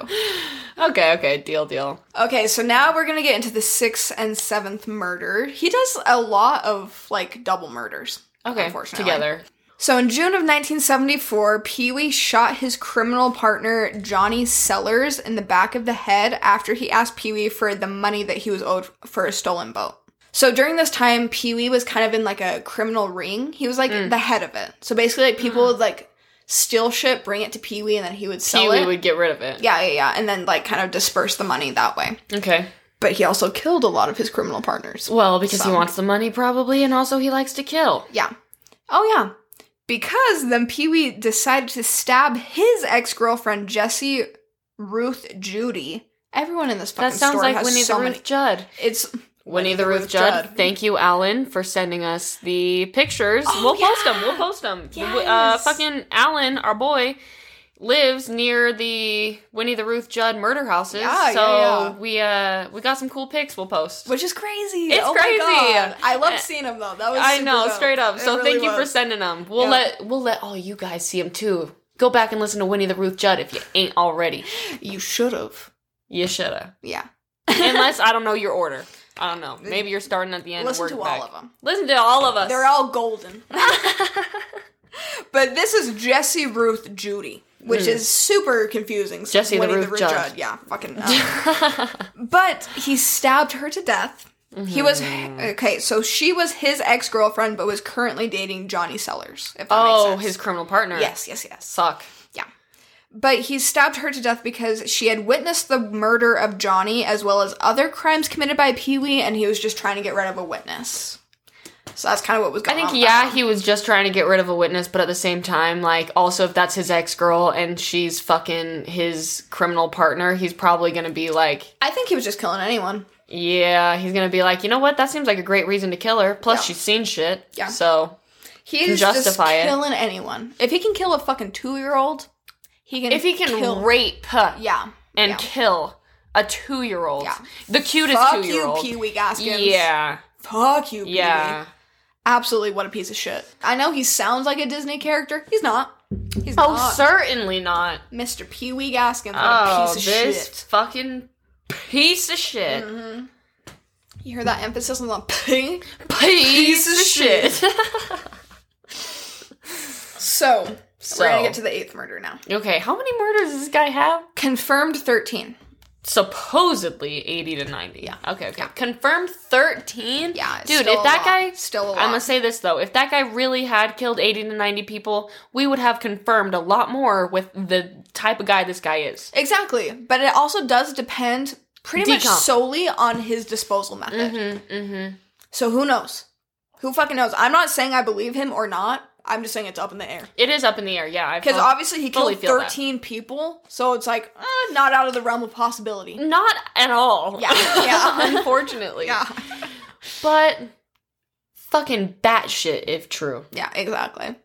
C: Okay. Okay. Deal. Deal.
D: Okay, so now we're gonna get into the sixth and seventh murder. He does a lot of like double murders.
C: Okay.
D: unfortunately.
C: Together.
D: So in June of 1974, Pee Wee shot his criminal partner Johnny Sellers in the back of the head after he asked Pee Wee for the money that he was owed for a stolen boat. So during this time, Pee Wee was kind of in like a criminal ring. He was like
C: Mm.
D: the head of it. So basically, like people would like steal shit, bring it to Pee Wee, and then he would sell
C: Pee Wee
D: it.
C: would get rid of it.
D: yeah, yeah, yeah, and then like kind of disperse the money that way.
C: Okay.
D: But he also killed a lot of his criminal partners.
C: Well, because
D: Some.
C: he wants the money probably, and also he likes to kill.
D: Yeah. Oh, yeah. Because then Pee Wee decided to stab his ex girlfriend, Jessie Ruth Judy. Everyone in this fucking
C: That sounds
D: store
C: like
D: has
C: Winnie
D: so
C: the Ruth
D: many.
C: Judd.
D: It's
C: Winnie the Ruth Judd.
D: Judd.
C: Thank you, Alan, for sending us the pictures.
D: Oh,
C: we'll post
D: yeah.
C: them. We'll post them.
D: Yes.
C: Uh, fucking Alan, our boy, lives near the Winnie the Ruth Judd murder houses.
D: Yeah, yeah,
C: so
D: yeah.
C: we uh we got some cool pics. We'll post.
D: which is crazy.
C: It's
D: oh
C: crazy. Eh,
D: My God. I love seeing him though. That was
C: I
D: super
C: know,
D: dope.
C: straight up.
D: It
C: So
D: really
C: thank you for
D: was.
C: sending them. We'll
D: Yeah.
C: let we'll let all you guys see them too. Go back and listen to Winnie the Ruth Judd if you ain't already.
D: You should have.
C: You
D: [LAUGHS]
C: shoulda.
D: Yeah.
C: Unless I don't know your order. I don't know. Maybe you're starting at the end. and
D: Listen to
C: working
D: all
C: back.
D: of them.
C: Listen to all of us.
D: They're all
C: [LAUGHS]
D: golden. but this is Jessie Ruth Judy, which is super confusing. since
C: Jessie Hmm. the
D: Winnie
C: Ruth Judd.
D: Yeah,
C: [LAUGHS]
D: fucking. uh, but he stabbed her to death. He was
C: Mm-hmm.
D: okay. So she was his ex girlfriend, but was currently dating Johnny Sellers. If that
C: Oh,
D: makes sense.
C: his criminal partner.
D: yes, yes, yes.
C: Suck.
D: But he stabbed her to death because she had witnessed the murder of Johnny as well as other crimes committed by Pee Wee, and he was just trying to get rid of a witness. So that's kind of what was
C: I
D: going on.
C: think
D: with that
C: yeah,
D: one.
C: he was just trying to get rid of a witness, but at the same time, like also if that's his ex girl and she's fucking his criminal partner, he's probably gonna be like,
D: I think he was just killing anyone.
C: yeah, he's gonna be like, you know what? That seems like a great reason to kill her. Plus,
D: Yeah.
C: she's seen shit.
D: Yeah.
C: So
D: He is
C: justify
D: just
C: it.
D: killing anyone. If he can kill a fucking two year old, he can.
C: if he can
D: kill,
C: rape, huh,
D: yeah,
C: and
D: yeah.
C: kill a two year old,
D: Yeah.
C: the cutest
D: fuck
C: two year
D: you,
C: old.
D: Pee Wee Gaskins.
C: Yeah.
D: fuck you, Pee Wee.
C: Yeah.
D: absolutely. What a piece of shit. I know he sounds like a Disney character. He's not. He's
C: Oh,
D: not.
C: certainly not.
D: Mr. Pee Wee Gaskins. What
C: Oh,
D: a piece of
C: this
D: shit.
C: fucking piece of shit.
D: You hear that emphasis on the [LAUGHS] P?
C: piece,
D: of
C: of shit.
D: So, we're
C: So.
D: gonna get to the eighth murder now.
C: [LAUGHS] okay, how many murders does this guy have?
D: Confirmed thirteen.
C: Supposedly 80 to 90. Yeah. Okay, okay. Confirmed 13?
D: Yeah, it's
C: Dude,
D: still
C: if
D: a
C: that
D: lot.
C: guy.
D: Still a lot.
C: I'm gonna say this though. If that guy really had killed 80 to 90 people, we would have confirmed a lot more with the type of guy this guy is.
D: Exactly, but it also does depend pretty much
C: Decomp.
D: solely on his disposal method.
C: Mm-hmm, mm-hmm.
D: So who knows? Who fucking knows? I'm not saying I believe him or not. I'm just saying it's up in the air.
C: It is up in the air, yeah. I
D: Because
C: felt-
D: obviously he
C: Oh, fully
D: killed
C: feel that.
D: 13 people, so it's like, uh, not out of the realm of possibility.
C: Not at all. [LAUGHS]
D: Yeah, yeah.
C: unfortunately.
D: Yeah.
C: But fucking batshit if true.
D: Yeah, exactly.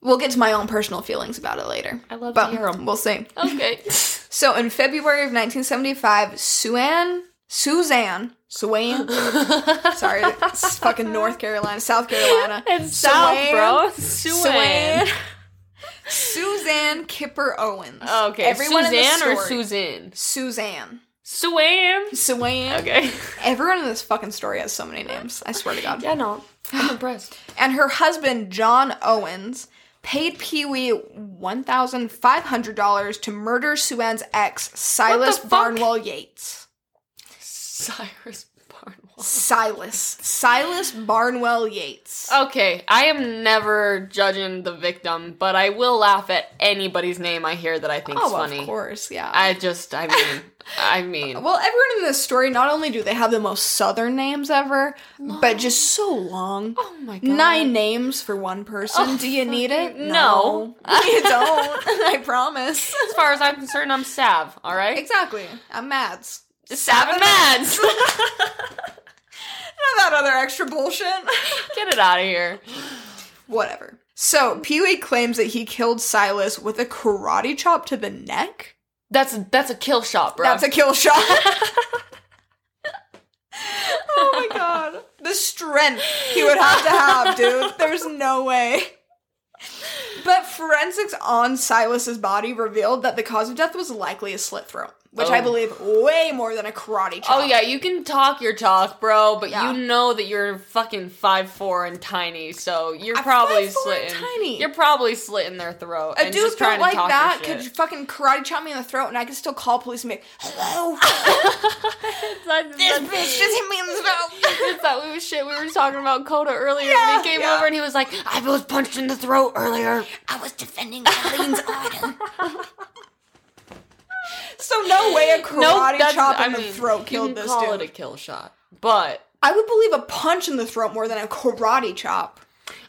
D: We'll get to my own personal feelings about it later.
C: I love
D: But
C: to hear 'em.
D: we'll see.
C: Okay.
D: So in February of 1975, Suan, Suzanne,
C: [LAUGHS]
D: Suzanne, sorry, it's fucking North Carolina, South
C: [LAUGHS]
D: Carolina,
C: and South,
D: Suan-
C: bro.
D: Suan.
C: Suan.
D: Suzanne Kipper Owens.
C: [LAUGHS] Okay.
D: everyone in this
C: Suzanne or
D: story-
C: Suzanne?
D: Suzanne.
C: Suan.
D: Suzanne.
C: Okay.
D: Everyone in this fucking story has so many names. I swear to God.
C: Yeah, no. [SIGHS] I'm impressed.
D: And her husband, John Owens, paid Pee Wee $1,500 to murder Suanne's ex, Silas
C: fuck?
D: Barnwell Yates.
C: Cyrus Barnwell.
D: Silas. Silas Barnwell Yates.
C: Okay, I am never judging the victim, but I will laugh at anybody's name I hear that I think is funny.
D: Oh, of course, yeah.
C: I just, I mean, I mean,
D: well, everyone in this story, not only do they have the most southern names ever, but just so long.
C: oh my god,
D: Nine names for one person. do you need it?
C: no.
D: Oh, No. [LAUGHS] you don't. I [LAUGHS] promise.
C: As far as I'm concerned, I'm Sav. All right,
D: Exactly. I'm Mads.
C: Sav and Mads. [LAUGHS]
D: Not that other extra bullshit. [LAUGHS]
C: Get it out of here.
D: Whatever. So, Pee Wee claims that he killed Silas with a karate chop to the neck.
C: That's that's a kill shot, bro.
D: That's a kill shot.
C: [LAUGHS]
D: oh my god. The strength he would have to have, dude. There's no way. But forensics on Silas's body revealed that the cause of death was likely a slit throat. which I
C: Oh.
D: believe way more than a karate chop.
C: Oh yeah, you can talk your talk, bro, but
D: Yeah.
C: you know that you're fucking five four and tiny, so you're
D: I'm
C: probably
D: 5'4" and
C: slitting.
D: tiny.
C: You're probably slitting their throat.
D: A
C: and
D: dude
C: just trying
D: built like
C: to talk
D: that
C: your
D: could
C: shit.
D: fucking karate chop me in the throat, and I could still call police and make hello.
C: [LAUGHS]
D: [LAUGHS] this bitch just hit me in the throat.
C: That's that we was shit. We were talking about Coda earlier, and he
D: Yeah,
C: came
D: yeah.
C: over and he was like, "I was punched in the throat earlier."
D: I was defending Colleen's order. So no way a karate
C: that's-
D: chop
C: I
D: in
C: mean,
D: the throat
C: you
D: killed
C: can
D: this
C: call
D: dude.
C: it a kill shot, but
D: I would believe a punch in the throat more than a karate chop.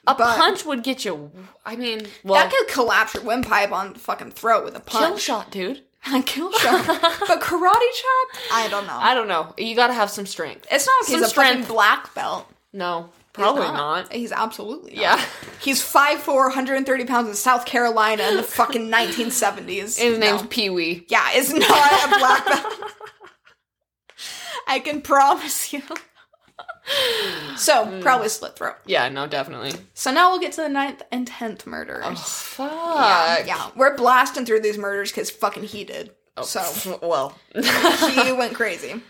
C: a
D: But-
C: punch would get you. I mean, well,
D: that could collapse your windpipe on the fucking throat with a punch.
C: kill shot, dude.
D: [LAUGHS] kill shot. but karate chop? I don't know.
C: I don't know. You got to have some strength.
D: it's not like
C: Some
D: he's a fucking
C: strength.
D: black belt.
C: No,
D: He's
C: probably not.
D: He's absolutely not. [LAUGHS]
C: Yeah.
D: He's 5'4", 130 pounds in South Carolina in
C: [LAUGHS]
D: the fucking 1970s.
C: His
D: No.
C: name's Pee Wee.
D: Yeah, it's not a black belt. I can promise you. So, probably slit throat.
C: Hmm. Yeah, no, definitely.
D: So now we'll get to the ninth and tenth murders.
C: Fuck. Uh,
D: Yeah, yeah. We're blasting through these murders because fucking he did.
C: Oh.
D: So
C: well. [LAUGHS]
D: he went crazy.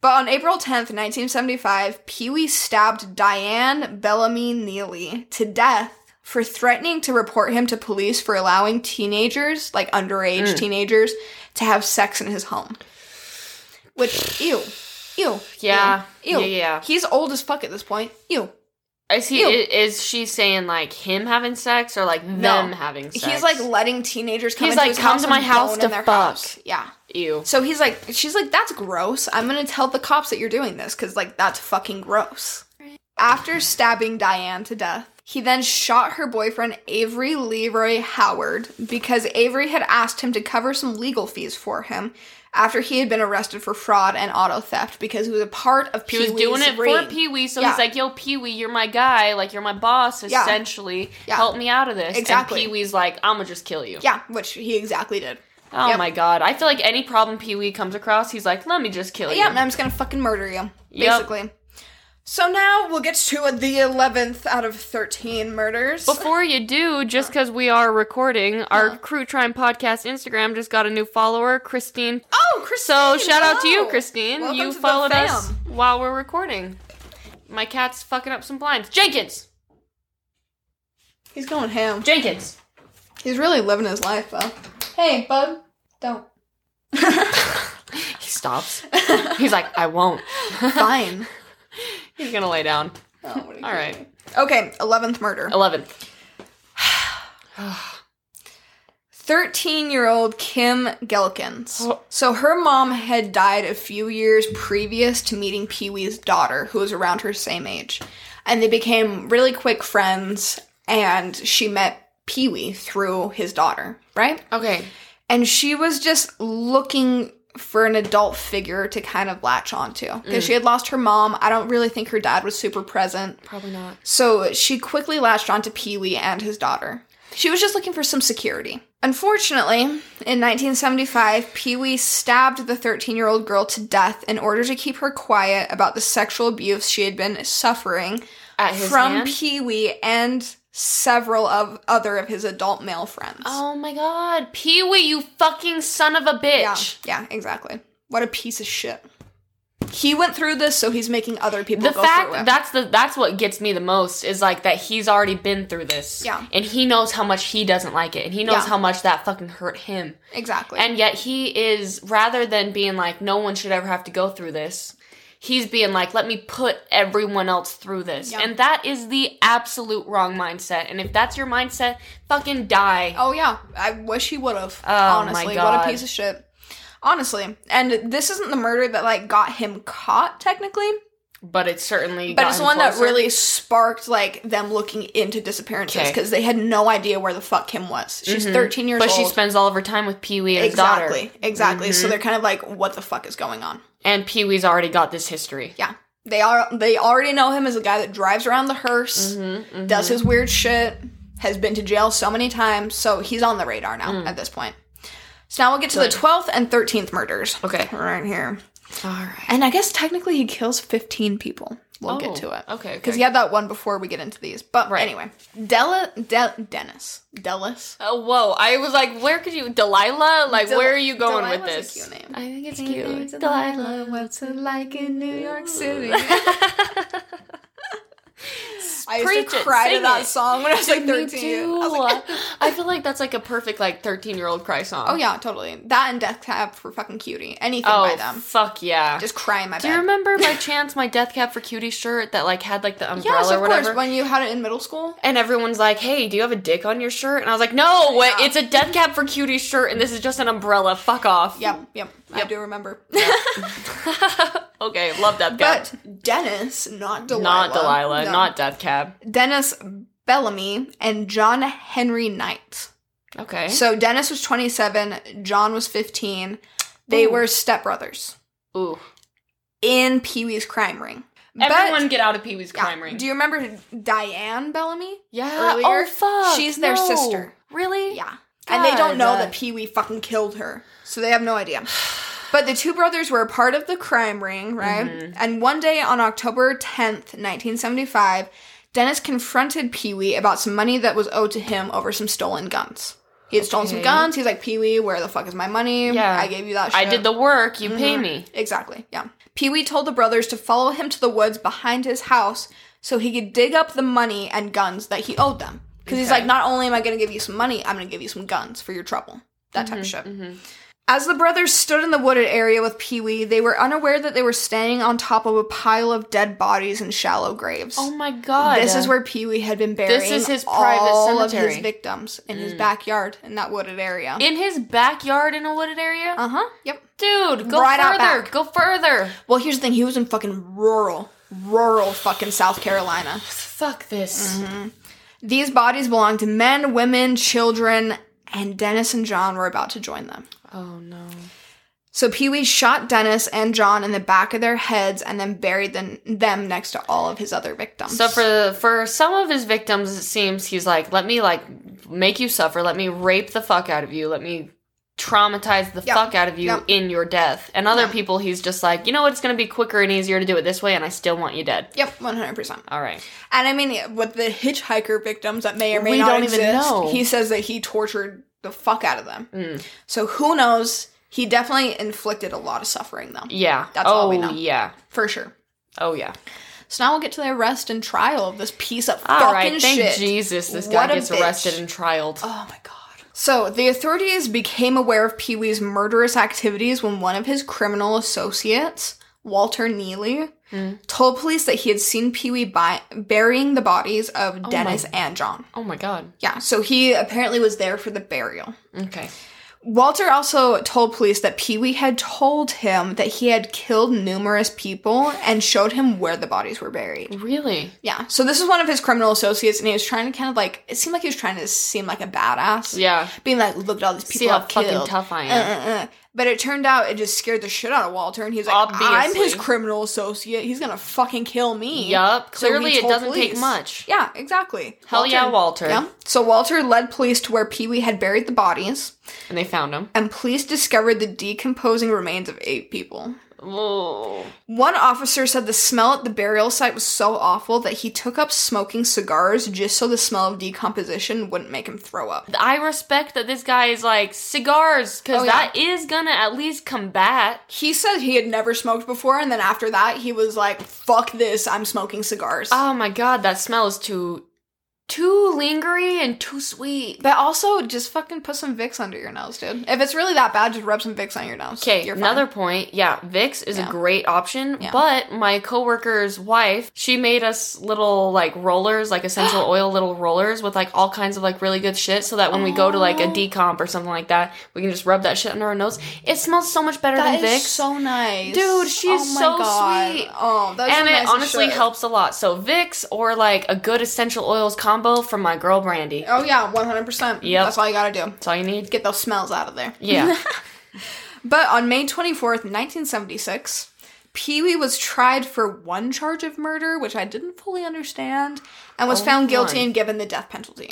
D: But on April 10th, 1975, Pee Wee stabbed Diane Bellamy Neely to death for threatening to report him to police for allowing teenagers, like underage
C: Hmm.
D: teenagers, to have sex in his home. Which, ew. Ew.
C: Yeah.
D: Ew.
C: Yeah, yeah.
D: He's old as fuck at this point. Ew.
C: Is he?
D: Ew.
C: i- Is she saying like him having sex or like them having sex?
D: He's like letting teenagers come
C: He's
D: into
C: like,
D: his
C: "Come
D: house
C: to my
D: and
C: house
D: bone
C: to
D: in their
C: fuck."
D: house. Yeah.
C: ew.
D: So he's like, she's like, that's gross. I'm gonna tell the cops that you're doing this because, like, that's fucking gross. After stabbing Diane to death, he then shot her boyfriend, Avery Leroy Howard, because Avery had asked him to cover some legal fees for him after he had been arrested for fraud and auto theft because he was a part of
C: He
D: Pee
C: was doing
D: Wee's
C: it
D: ring.
C: for Pee Wee, so
D: Yeah.
C: he's like, "Yo, Pee Wee, you're my guy. Like, you're my boss.
D: Yeah.
C: Essentially,
D: Yeah.
C: help me out of this."
D: Exactly.
C: And Pee Wee's like, "I'm gonna just kill you."
D: Yeah, which he exactly did.
C: Oh
D: Yep.
C: my god! I feel like any problem Pee Wee comes across, he's like, "Let me just kill you."
D: Yeah, and I'm just gonna fucking murder you,
C: Yep.
D: basically. So now we'll get to the 11th out of 13 murders.
C: Before you do, just because we are recording,
D: Uh-huh.
C: our Crew Crime Podcast Instagram just got a new follower, Christine.
D: Oh, Christine.
C: So shout out to you,
D: hello.
C: Christine.
D: Welcome
C: you
D: to the
C: followed
D: fam.
C: us while we're recording. My cat's fucking up some blinds. Jenkins!
D: He's going ham.
C: Jenkins!
D: He's really living his life, though. Hey, bud. Don't.
C: He
D: [LAUGHS]
C: stops. He's like, I won't.
D: Fine.
C: He's gonna lay down.
D: Oh, what are you
C: All right.
D: doing? Okay, 11th murder.
C: 11.
D: 13 year old Kim Gelkins.
C: Oh.
D: So her mom had died a few years previous to meeting Pee Wee's daughter, who was around her same age. And they became really quick friends, and she met Pee Wee through his daughter, right?
C: Okay.
D: and she was just looking for an adult figure to kind of latch onto because she had lost her mom. I don't really think her dad was super present.
C: Probably not.
D: So she quickly latched onto Pee Wee and his daughter. She was just looking for some security. Unfortunately, in 1975, Pee Wee stabbed the 13 year old girl to death in order to keep her quiet about the sexual abuse she had been suffering
C: At his
D: from
C: hand?
D: Pee Wee and several of other of his adult male friends.
C: Oh my god. Pee Wee, you fucking son of a
D: Yeah,
C: bitch.
D: yeah, exactly. What a piece of shit. He went through this, so he's making other people
C: the
D: go
C: fact
D: through it.
C: that's the that's what gets me the most is like that he's already been through this
D: Yeah.
C: and he knows how much he doesn't like it and he knows
D: Yeah.
C: how much that fucking hurt him
D: exactly.
C: and yet he is rather than being like no one should ever have to go through this he's being like let me put everyone else through this
D: Yeah.
C: and that is the absolute wrong mindset and if that's your mindset fucking die
D: oh yeah, I wish he would have.
C: Oh my
D: honestly, what
C: God.
D: a piece of shit. Honestly, and this isn't the murder that like got him caught technically,
C: but it's certainly
D: but
C: got
D: it's the
C: him
D: one that
C: closer.
D: really sparked like them looking into disappearances
C: Okay. Mm-hmm.
D: because they had no idea where the fuck Kim was. She's 13 years
C: but
D: old.
C: she spends all of her time with Pee Wee and his
D: exactly,
C: daughter. Mm-hmm.
D: exactly. So they're kind of like, what the fuck is going on?
C: And Pee Wee's already got this history.
D: Yeah. They are they already know him as a guy that drives around the hearse,
C: Mm-hmm,
D: does his weird shit, has been to jail so many times, so he's on the radar now
C: Mm.
D: at this point. So now we'll get to the 12th and 13th murders.
C: Okay.
D: Right here.
C: All right.
D: And I guess technically he kills 15 people, We'll
C: Oh,
D: get to it.
C: okay,
D: Because
C: okay.
D: he had that one before we get into these. But
C: Right.
D: anyway, Della, De- Dennis, Dellis.
C: Oh, whoa. I was like, where could you. Delilah? Like,
D: Del-
C: where are you going with
D: Delilah's a
C: this?
D: cute name.
C: I think it's
D: name's
C: cute.
D: Delilah. What's it like in New York [LAUGHS] City? I used
C: Preach
D: to
C: it,
D: cry to
C: sing
D: that
C: it.
D: song when I was like
C: Me
D: 13.
C: too.
D: I was like,
C: I feel like that's like a perfect like 13 year old cry song.
D: oh yeah, totally. That and Death Cab for fucking cutie. Anything by
C: Oh,
D: them.
C: fuck yeah.
D: Just cry in my
C: Do
D: bed.
C: you remember
D: [LAUGHS]
C: by chance my Death Cab for Cutie shirt that like had like the umbrella
D: Yes,
C: or
D: of
C: whatever?
D: course. When you had it in middle school.
C: and everyone's like, "Hey, do you have a dick on your shirt?" And I was like, "No,
D: Yeah.
C: it's a Death Cab for Cutie shirt, and this is just an umbrella. Fuck off."
D: Yep, yep.
C: [LAUGHS]
D: I
C: Yep.
D: do remember.
C: okay, love Death Cab.
D: but Dennis, not Delilah.
C: not Delilah,
D: No.
C: not Death Cab.
D: Dennis Bellamy and John Henry Knight.
C: Okay.
D: So Dennis was 27, John was 15. They
C: Ooh.
D: were stepbrothers
C: Ooh.
D: in Pee Wee's Crime Ring. But-
C: Everyone get out of Pee Wee's
D: Yeah.
C: Crime Ring.
D: Do you remember Diane Bellamy?
C: yeah.
D: earlier,
C: Oh fuck.
D: she's their
C: no.
D: sister.
C: Really?
D: Yeah. And they don't know
C: God.
D: that Pee Wee fucking killed her. So they have no idea. [SIGHS] But the two brothers were a part of the crime ring, right?
C: Mm-hmm.
D: And one day on October 10th, 1975, Dennis confronted Pee Wee about some money that was owed to him over some stolen guns. He had stolen some
C: Okay.
D: guns. He's like, Pee Wee, where the fuck is my money?
C: Yeah.
D: I gave you that shit.
C: I did the work. You pay me.
D: Exactly, yeah. Pee Wee told the brothers to follow him to the woods behind his house so he could dig up the money and guns that he owed them. Because he's
C: Okay.
D: like, not only am I going to give you some money, I'm going to give you some guns for your trouble. That type of
C: Mm-hmm,
D: shit. As the brothers stood in the wooded area with Pee Wee, they were unaware that they were standing on top of a pile of dead bodies and shallow graves.
C: Oh my god.
D: This is where Pee Wee had been burying
C: is his private
D: all of his
C: cemetery. Mm.
D: victims in his backyard in that wooded area.
C: in his backyard in a wooded area.
D: Uh huh. Yep.
C: Dude, go
D: Right out
C: further.
D: back.
C: Go further.
D: Well, here's the thing. He was in fucking rural, rural fucking South Carolina.
C: Fuck this.
D: These bodies belonged to men, women, children, and Dennis and John were about to join them.
C: Oh no.
D: So Pee Wee shot Dennis and John in the back of their heads and then buried them, them next to all of his other victims.
C: So for for some of his victims, it seems he's like, let me like make you suffer, let me rape the fuck out of you, let me traumatize the
D: Yep.
C: fuck out of you
D: Yep.
C: in your death. And other people, he's just like, you know what, it's gonna be quicker and easier to do it this way, and I still want you dead.
D: Yep, 100%.
C: All right.
D: And I mean, with the hitchhiker victims that may or may
C: We
D: not
C: don't even
D: exist,
C: know. Mm.
D: he says that he tortured the fuck out of them. So who knows? He definitely inflicted a lot of suffering, though,
C: Yeah.
D: That's
C: oh
D: all we know.
C: yeah.
D: for sure.
C: Oh yeah.
D: So now we'll get to the arrest and trial of this piece of
C: All
D: fucking
C: right. Thank
D: shit.
C: Jesus, this
D: What a
C: guy gets
D: bitch.
C: arrested and trialed.
D: Oh my god. So the authorities became aware of Pee Wee's murderous activities when one of his criminal associates, Walter Neely,
C: Mm.
D: told police that he had seen Pee Wee by- burying the bodies of Dennis and John.
C: Oh my god.
D: Yeah, so he apparently was there for the burial.
C: Okay.
D: Walter also told police that Pee Wee had told him that he had killed numerous people and showed him where the bodies were buried.
C: Really?
D: Yeah. So this is one of his criminal associates, and he was trying to kind of like it seemed like he was trying to seem like a badass.
C: Yeah.
D: Being like, look at all these people
C: See how
D: I've
C: fucking
D: killed.
C: tough I
D: Uh,
C: am.
D: uh, uh. But it turned out it just scared the shit out of Walter, and he was like, "I'm
C: Obviously.
D: his criminal associate. He's gonna fucking kill me."
C: Yup.
D: So he
C: Clearly, it
D: told
C: doesn't take
D: police.
C: much.
D: Yeah, exactly.
C: Hell yeah, Walter.
D: Yeah. So Walter led police to where Pee Wee had buried the bodies,
C: And they found him.
D: and police discovered the decomposing remains of eight people.
C: Whoa.
D: One officer said the smell at the burial site was so awful that he took up smoking cigars just so the smell of decomposition wouldn't make him throw up.
C: I respect that this guy is like cigars because
D: Oh, yeah.
C: that is gonna at least combat.
D: He said he had never smoked before, and then after that, he was like, fuck this, I'm smoking cigars.
C: Oh my god, that smell is too, too lingering and too sweet.
D: but also, just fucking put some Vicks under your nose, dude. If it's really that bad, just rub some Vicks on your nose.
C: Okay,
D: You're fine.
C: another point. Yeah, Vicks is
D: Yeah.
C: a great option,
D: Yeah.
C: but my coworker's wife, she made us little like rollers, like essential
D: [GASPS]
C: oil little rollers with like all kinds of like really good shit, so that when we go to like a
D: Oh.
C: decomp or something like that, we can just rub that shit under our nose. It smells so much better
D: That
C: than Vicks.
D: is so nice.
C: Dude, she is
D: my
C: so sweet.
D: Oh, that's
C: and
D: nice
C: it
D: as
C: honestly
D: shit.
C: helps a lot. So Vicks or like a good essential oils combo from my girl Brandy.
D: Oh, yeah, 100%.
C: Yep.
D: That's all you gotta do.
C: That's all you need.
D: Get those smells out of there. [LAUGHS]
C: Yeah.
D: But on May 24th, 1976, Pee Wee was tried for one charge of murder, which I didn't fully understand, and was
C: Oh,
D: found guilty
C: fun.
D: and given the death penalty.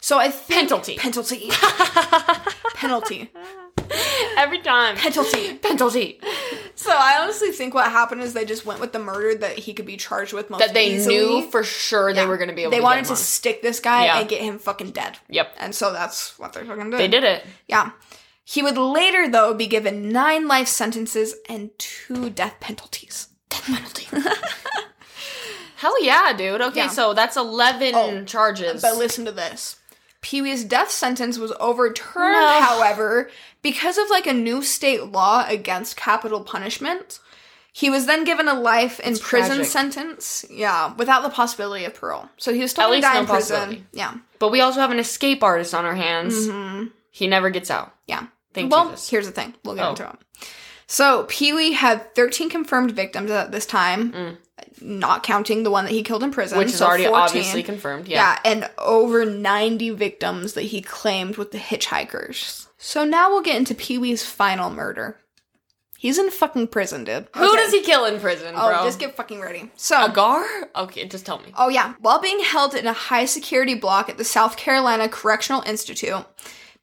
D: So I think.
C: Penalty.
D: [LAUGHS] Penalty. penalty.
C: Every time.
D: Penalty.
C: Penalty.
D: So I honestly think what happened is they just went with the murder that he could be charged with most
C: that they
D: easily.
C: knew for sure they were going to be able
D: They
C: to
D: wanted
C: get
D: to
C: him on.
D: stick this guy
C: Yeah.
D: and get him fucking dead.
C: Yep.
D: And so that's what they fucking did.
C: They did it.
D: Yeah. He would later, though, be given nine life sentences and two death penalties. Death penalty.
C: Hell yeah, dude. Okay,
D: Yeah.
C: so that's 11
D: Oh,
C: charges.
D: [LAUGHS] but listen to this. Pee Wee's death sentence was overturned,
C: No.
D: however, because of like a new state law against capital punishment. He was then given a life in prison
C: tragic.
D: sentence. Yeah, without the possibility of parole. So he was still
C: At
D: gonna
C: least
D: die
C: no
D: in prison.
C: possibility.
D: Yeah.
C: But we also have an escape artist on our hands.
D: Mm-hmm.
C: He never gets out.
D: Yeah.
C: Thank
D: well,
C: Jesus.
D: here's the thing. We'll get
C: Oh.
D: into it. So Pee Wee had 13 confirmed victims at this time, not counting the one that he killed in prison,
C: Mm. Which is
D: so
C: already
D: 14.
C: obviously confirmed. Yeah.
D: Yeah. and over 90 victims that he claimed with the hitchhikers. So now we'll get into Pee Wee's final murder. He's in fucking prison, dude.
C: Who does he kill in prison,
D: Oh,
C: bro?
D: just get fucking ready. So
C: a gar? Okay, just tell me.
D: Oh, yeah. While being held in a high security block at the South Carolina Correctional Institute,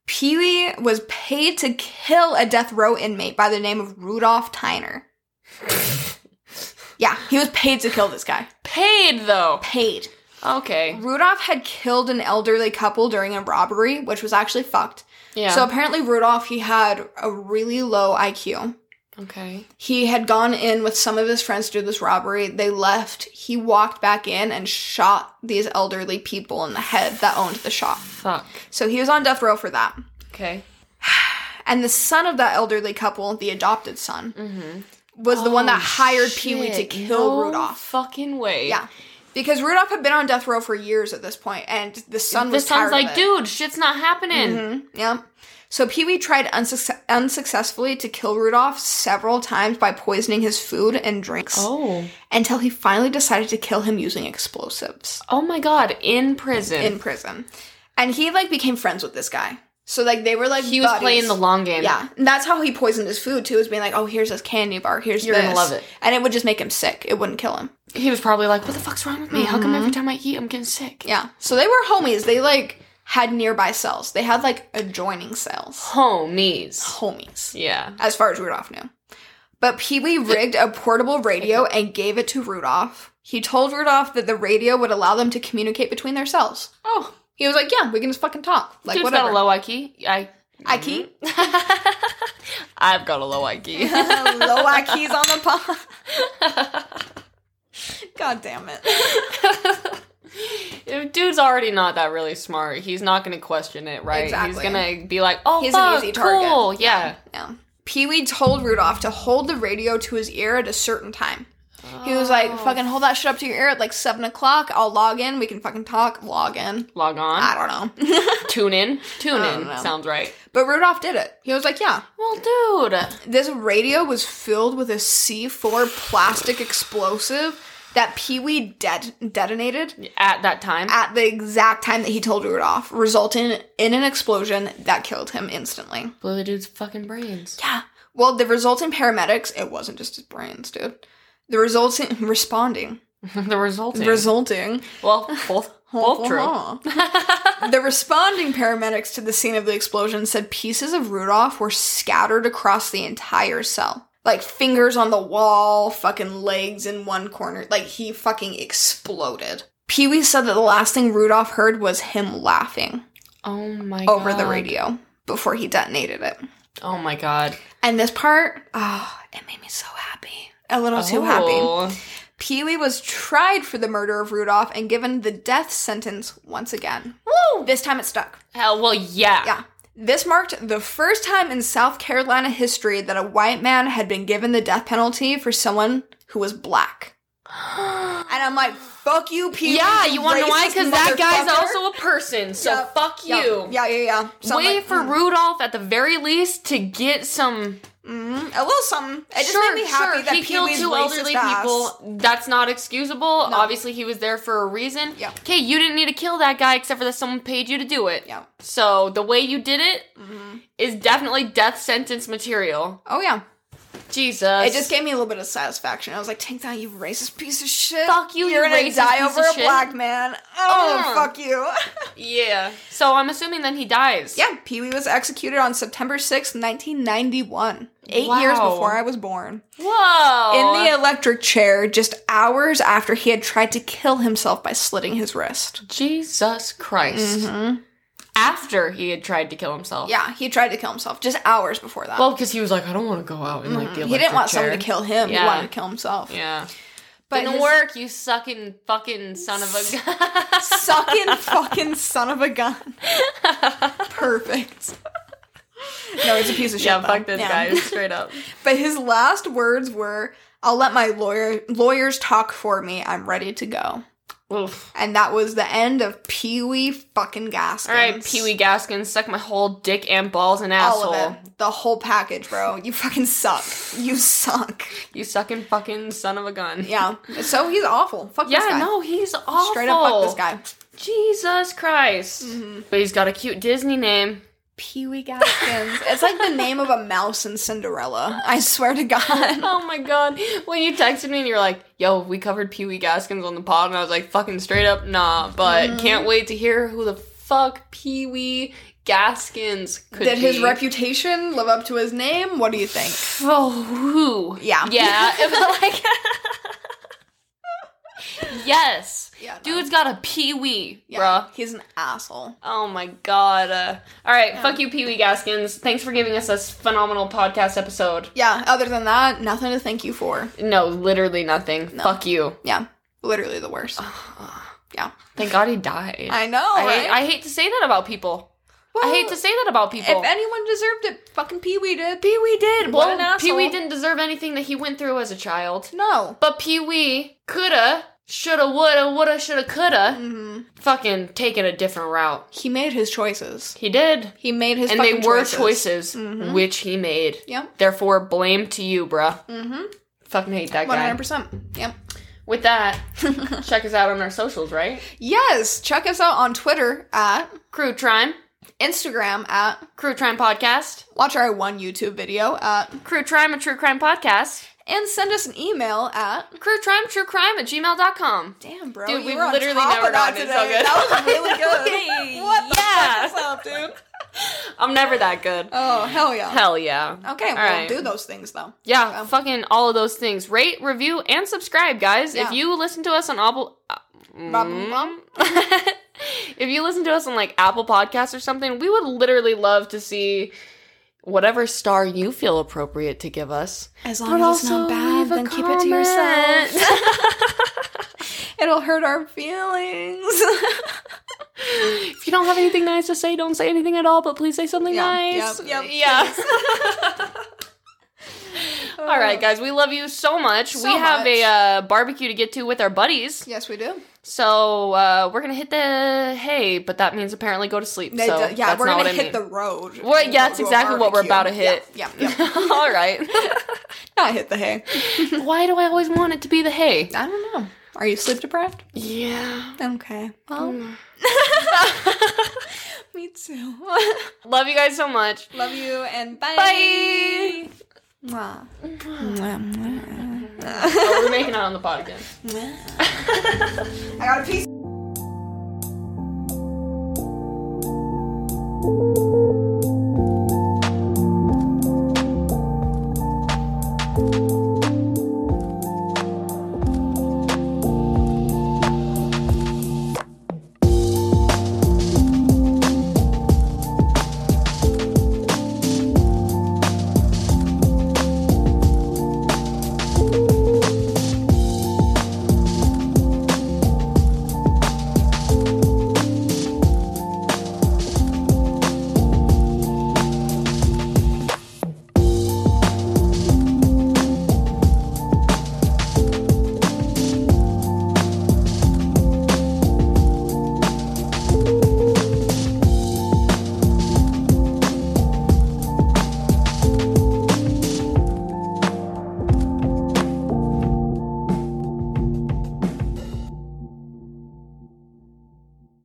D: Pee Wee was paid to kill a death row inmate by the name of Rudolph Tyner. yeah, he was paid to kill this guy.
C: Paid though.
D: Paid.
C: Okay.
D: Rudolph had killed an elderly couple during a robbery, which was actually fucked.
C: Yeah.
D: So apparently, Rudolph, he had a really low IQ.
C: okay.
D: He had gone in with some of his friends to do this robbery. They left. He walked back in and shot these elderly people in the head that owned the shop.
C: Fuck.
D: So he was on death row for that.
C: Okay.
D: And the son of that elderly couple, the adopted son, was the one that hired Pee Wee to
C: Mm-hmm. Oh, Shit,
D: kill
C: no
D: Rudolph.
C: Fucking way.
D: Yeah. Because Rudolph had been on death row for years at this point, and the son
C: This
D: was tired
C: sounds like,
D: of it. Mm-hmm.
C: dude, shit's not happening.
D: Yeah. So Pee Wee tried unsuc- unsuccessfully to kill Rudolph several times by poisoning his food and drinks
C: Oh.
D: until he finally decided to kill him using explosives
C: Oh my god, in prison.
D: in prison. And he like became friends with this guy. So like they were like
C: he was
D: buddies.
C: playing the long game.
D: yeah, and that's how he poisoned his food too. Is being like, oh, here's this candy bar, here's
C: You're
D: this.
C: gonna love it.
D: and it would just make him sick. It wouldn't kill him.
C: He was probably like, what the fuck's wrong with me? How come every time I eat, I'm getting sick?
D: Yeah, so they were homies. They like had nearby cells. They had like adjoining cells,
C: Homies.
D: homies.
C: Yeah.
D: as far as Rudolph knew. But Pee Wee rigged a portable radio and gave it to Rudolph. He told Rudolph that the radio would allow them to communicate between themselves.
C: Oh,
D: He was like, "Yeah, we can just fucking talk, like
C: dude's
D: whatever."
C: got a low IQ. [LAUGHS] I,
D: Ike,
C: I've got a low [LAUGHS] IQ.
D: low Ike's on the pod. [LAUGHS] God damn it!
C: if dude's already not that really smart, he's not going to question it, right? He's
D: Exactly.
C: going to be like, oh,
D: He's an
C: fuck,
D: easy target.
C: cool. Yeah.
D: No. Pee Wee told Rudolph to hold the radio to his ear at a certain time. He was like, "Fucking hold that shit up to your ear at like seven o'clock. I'll log in. We can fucking talk. Log in.
C: Log on.
D: I don't know."
C: Tune [LAUGHS] in. Tune
D: I
C: in.
D: don't know.
C: Sounds right.
D: but Rudolph did it. He was like, "Yeah,
C: Well, dude.
D: This radio was filled with a C4 plastic explosive that Pee Wee det- detonated
C: At that time.
D: at the exact time that he told Rudolph, resulting in an explosion that killed him instantly.
C: blew the dude's fucking brains.
D: Yeah. Well, the resulting paramedics, it wasn't just his brains, dude. The resulting, [LAUGHS] responding,
C: [LAUGHS] the resulting.
D: resulting,
C: well, both, both true.
D: Uh-huh. [LAUGHS] the responding paramedics to the scene of the explosion said pieces of Rudolph were scattered across the entire cell. Like fingers on the wall, fucking legs in one corner. Like he fucking exploded. Pee Wee said that the last thing Rudolph heard was him laughing
C: Oh my god.
D: over the radio before he detonated it.
C: Oh my god.
D: And this part, oh, it made me so happy. A little too happy.
C: Oh.
D: Pee Wee was tried for the murder of Rudolph and given the death sentence once again.
C: Woo!
D: This time it stuck.
C: Hell, well, yeah.
D: Yeah. This marked the first time in South Carolina history that a white man had been given the death penalty for someone who
C: [GASPS]
D: was black. And I'm like, fuck you, people.
C: Yeah, you want to know why? Because that guy's also a person, so
D: Yep.
C: fuck you.
D: Yeah, yeah, yeah. So I'm
C: Wait
D: like, hmm.
C: for Rudolph at the very least to get some.
D: mm, a little something. It just
C: sure,
D: made me happy
C: sure,
D: that
C: he
D: Pee
C: killed
D: Wee's
C: two
D: racist
C: elderly
D: ass-
C: people. That's not excusable. Obviously, he was there for a reason.
D: Yep.
C: Okay, you didn't need to kill that guy except for that someone paid you to do it.
D: Yeah. Mm-hmm.
C: So the way you did it is definitely death sentence material.
D: Oh yeah,
C: Jesus.
D: it just gave me a little bit of satisfaction. I was like, "Tank that you racist piece of shit!
C: Fuck you,
D: You're
C: you
D: gonna
C: racist
D: die
C: piece
D: over
C: of Uh-huh.
D: a
C: shit."
D: black man! Oh,
C: Yeah.
D: fuck you!" [LAUGHS]
C: Yeah. So I'm assuming then he dies.
D: Yeah, Pee Wee was executed on September 6th, 1991, eight
C: Wow.
D: years before I was born,
C: Whoa.
D: in the electric chair just hours after he had tried to kill himself by slitting his wrist.
C: Jesus Christ. After he had tried to kill himself.
D: Mm-hmm. Yeah, he tried to kill himself just hours before that.
C: Well, because he was like, I don't want to go out and like the electric
D: Mm-hmm. he didn't want
C: chair.
D: someone to kill him,
C: Yeah.
D: he wanted to kill himself.
C: Yeah.
D: But
C: Didn't
D: his-
C: work, you sucking fucking son of a gun.
D: Sucking fucking son of a gun. Perfect. No, he's a piece of shit.
C: yeah,
D: though.
C: fuck this
D: Yeah.
C: guy straight
D: [LAUGHS]
C: up.
D: But his last words were, "I'll let my lawyer lawyers talk for me. I'm ready to go."
C: Oof.
D: And that was the end of Pee Wee fucking Gaskins.
C: All right, Pee Wee Gaskins, suck my whole dick and balls and
D: All
C: asshole.
D: of it. The whole package, bro. You fucking suck. You suck.
C: You sucking fucking son of a gun.
D: Yeah. So he's awful. Fuck this
C: Yeah,
D: guy.
C: no, he's awful.
D: Straight up fuck this guy. Mm-hmm.
C: Jesus Christ. But he's got a cute Disney name.
D: Pee Wee Gaskins. it's like the name of a mouse in Cinderella. I swear to God.
C: Oh my god. When you texted me and you were like, yo, we covered Pee Wee Gaskins on the pod, and I was like, fucking straight up, nah, but
D: Mm-hmm.
C: can't wait to hear who the fuck Pee Wee Gaskins could
D: Did
C: be.
D: his reputation live up to his name? What do you think?
C: Oh, who?
D: Yeah. [LAUGHS]
C: Yeah. it was like. yes.
D: Yeah, no.
C: Dude's got a Pee Wee,
D: Yeah,
C: bruh.
D: He's an asshole.
C: Oh my god. Uh, all right, fuck you, Pee Wee Gaskins. Thanks for giving us this phenomenal podcast episode.
D: Yeah, other than that, nothing to thank you for.
C: No, literally nothing. Fuck you.
D: Yeah, literally the worst. yeah.
C: Thank God he died.
D: I know,
C: I,
D: right?
C: hate, I hate to say that about people. I hate to say that about people.
D: If anyone deserved it, fucking Pee Wee did. Pee Wee did. What an
C: well,
D: asshole.
C: Pee Wee didn't deserve anything that he went through as a child.
D: No.
C: But Pee Wee coulda, shoulda, woulda, woulda, shoulda, coulda,
D: Mhm.
C: fucking taken a different route.
D: He made his choices.
C: He did.
D: He made his
C: and they
D: fucking
C: were
D: choices. Mm-hmm.
C: choices, which he made.
D: Yep.
C: Therefore, blame to you, bruh.
D: Mhm.
C: Fucking hate that
D: One
C: guy.
D: hundred percent. Yep.
C: With
D: [LAUGHS]
C: that, check us out on our socials, right?
D: Yes. Check us out on Twitter at
C: Crew Trime,
D: Instagram at
C: Crew Trime Podcast,
D: watch our one YouTube video at
C: Crew Trime, a true crime podcast,
D: and send us an email at
C: Crew Trime, true crime at gmail.com.
D: Damn, bro.
C: Dude,
D: you
C: we've
D: were on
C: literally
D: top
C: never
D: of that
C: gotten it
D: today.
C: so good.
D: That
C: [LAUGHS]
D: was really
C: Okay,
D: good. what the
C: yeah.
D: fuck is up, dude?
C: [LAUGHS] I'm never that good.
D: Oh, hell yeah.
C: Hell yeah.
D: Okay, well,
C: right.
D: do those things, though.
C: Yeah,
D: Um,
C: fucking all of those things. Rate, review, and subscribe, guys.
D: Yeah.
C: If you listen to us on Apple, uh,
D: Bum, bum, bum.
C: mm. [LAUGHS] if you listen to us on like Apple Podcasts or something, we would literally love to see whatever star you feel appropriate to give us.
D: As
C: But also leave a comment. [LAUGHS]
D: It'll hurt
C: [LAUGHS]
D: our feelings.
C: if you don't have anything nice to say, don't say anything at all. But please say something
D: Yeah,
C: nice.
D: yep,
C: [LAUGHS]
D: yep, [LAUGHS]
C: yeah. all right, guys. We love you so much. we have a
D: much.
C: uh, barbecue to get to with our buddies.
D: yes, we do.
C: So uh, we're gonna hit the hay, but that means apparently go to sleep.
D: They
C: so
D: do- yeah,
C: that's
D: we're
C: not
D: gonna
C: what I mean.
D: hit the road.
C: Well,
D: and
C: yeah,
D: go
C: that's
D: to a
C: exactly what we're about to
D: barbecue.
C: hit.
D: Yeah,
C: [LAUGHS]
D: yeah, yeah.
C: All
D: [LAUGHS]
C: right.
D: Not hit the hay.
C: Why do I always want it to be the hay?
D: I don't know. Are you sleep deprived?
C: Yeah.
D: Okay. Well,
C: Mm.
D: [LAUGHS] me
C: [LAUGHS]
D: too.
C: Love you guys so much.
D: Love you and bye.
C: Bye.
D: Mwah.
C: oh, we're making out on the pod again.
D: [LAUGHS] I got a piece.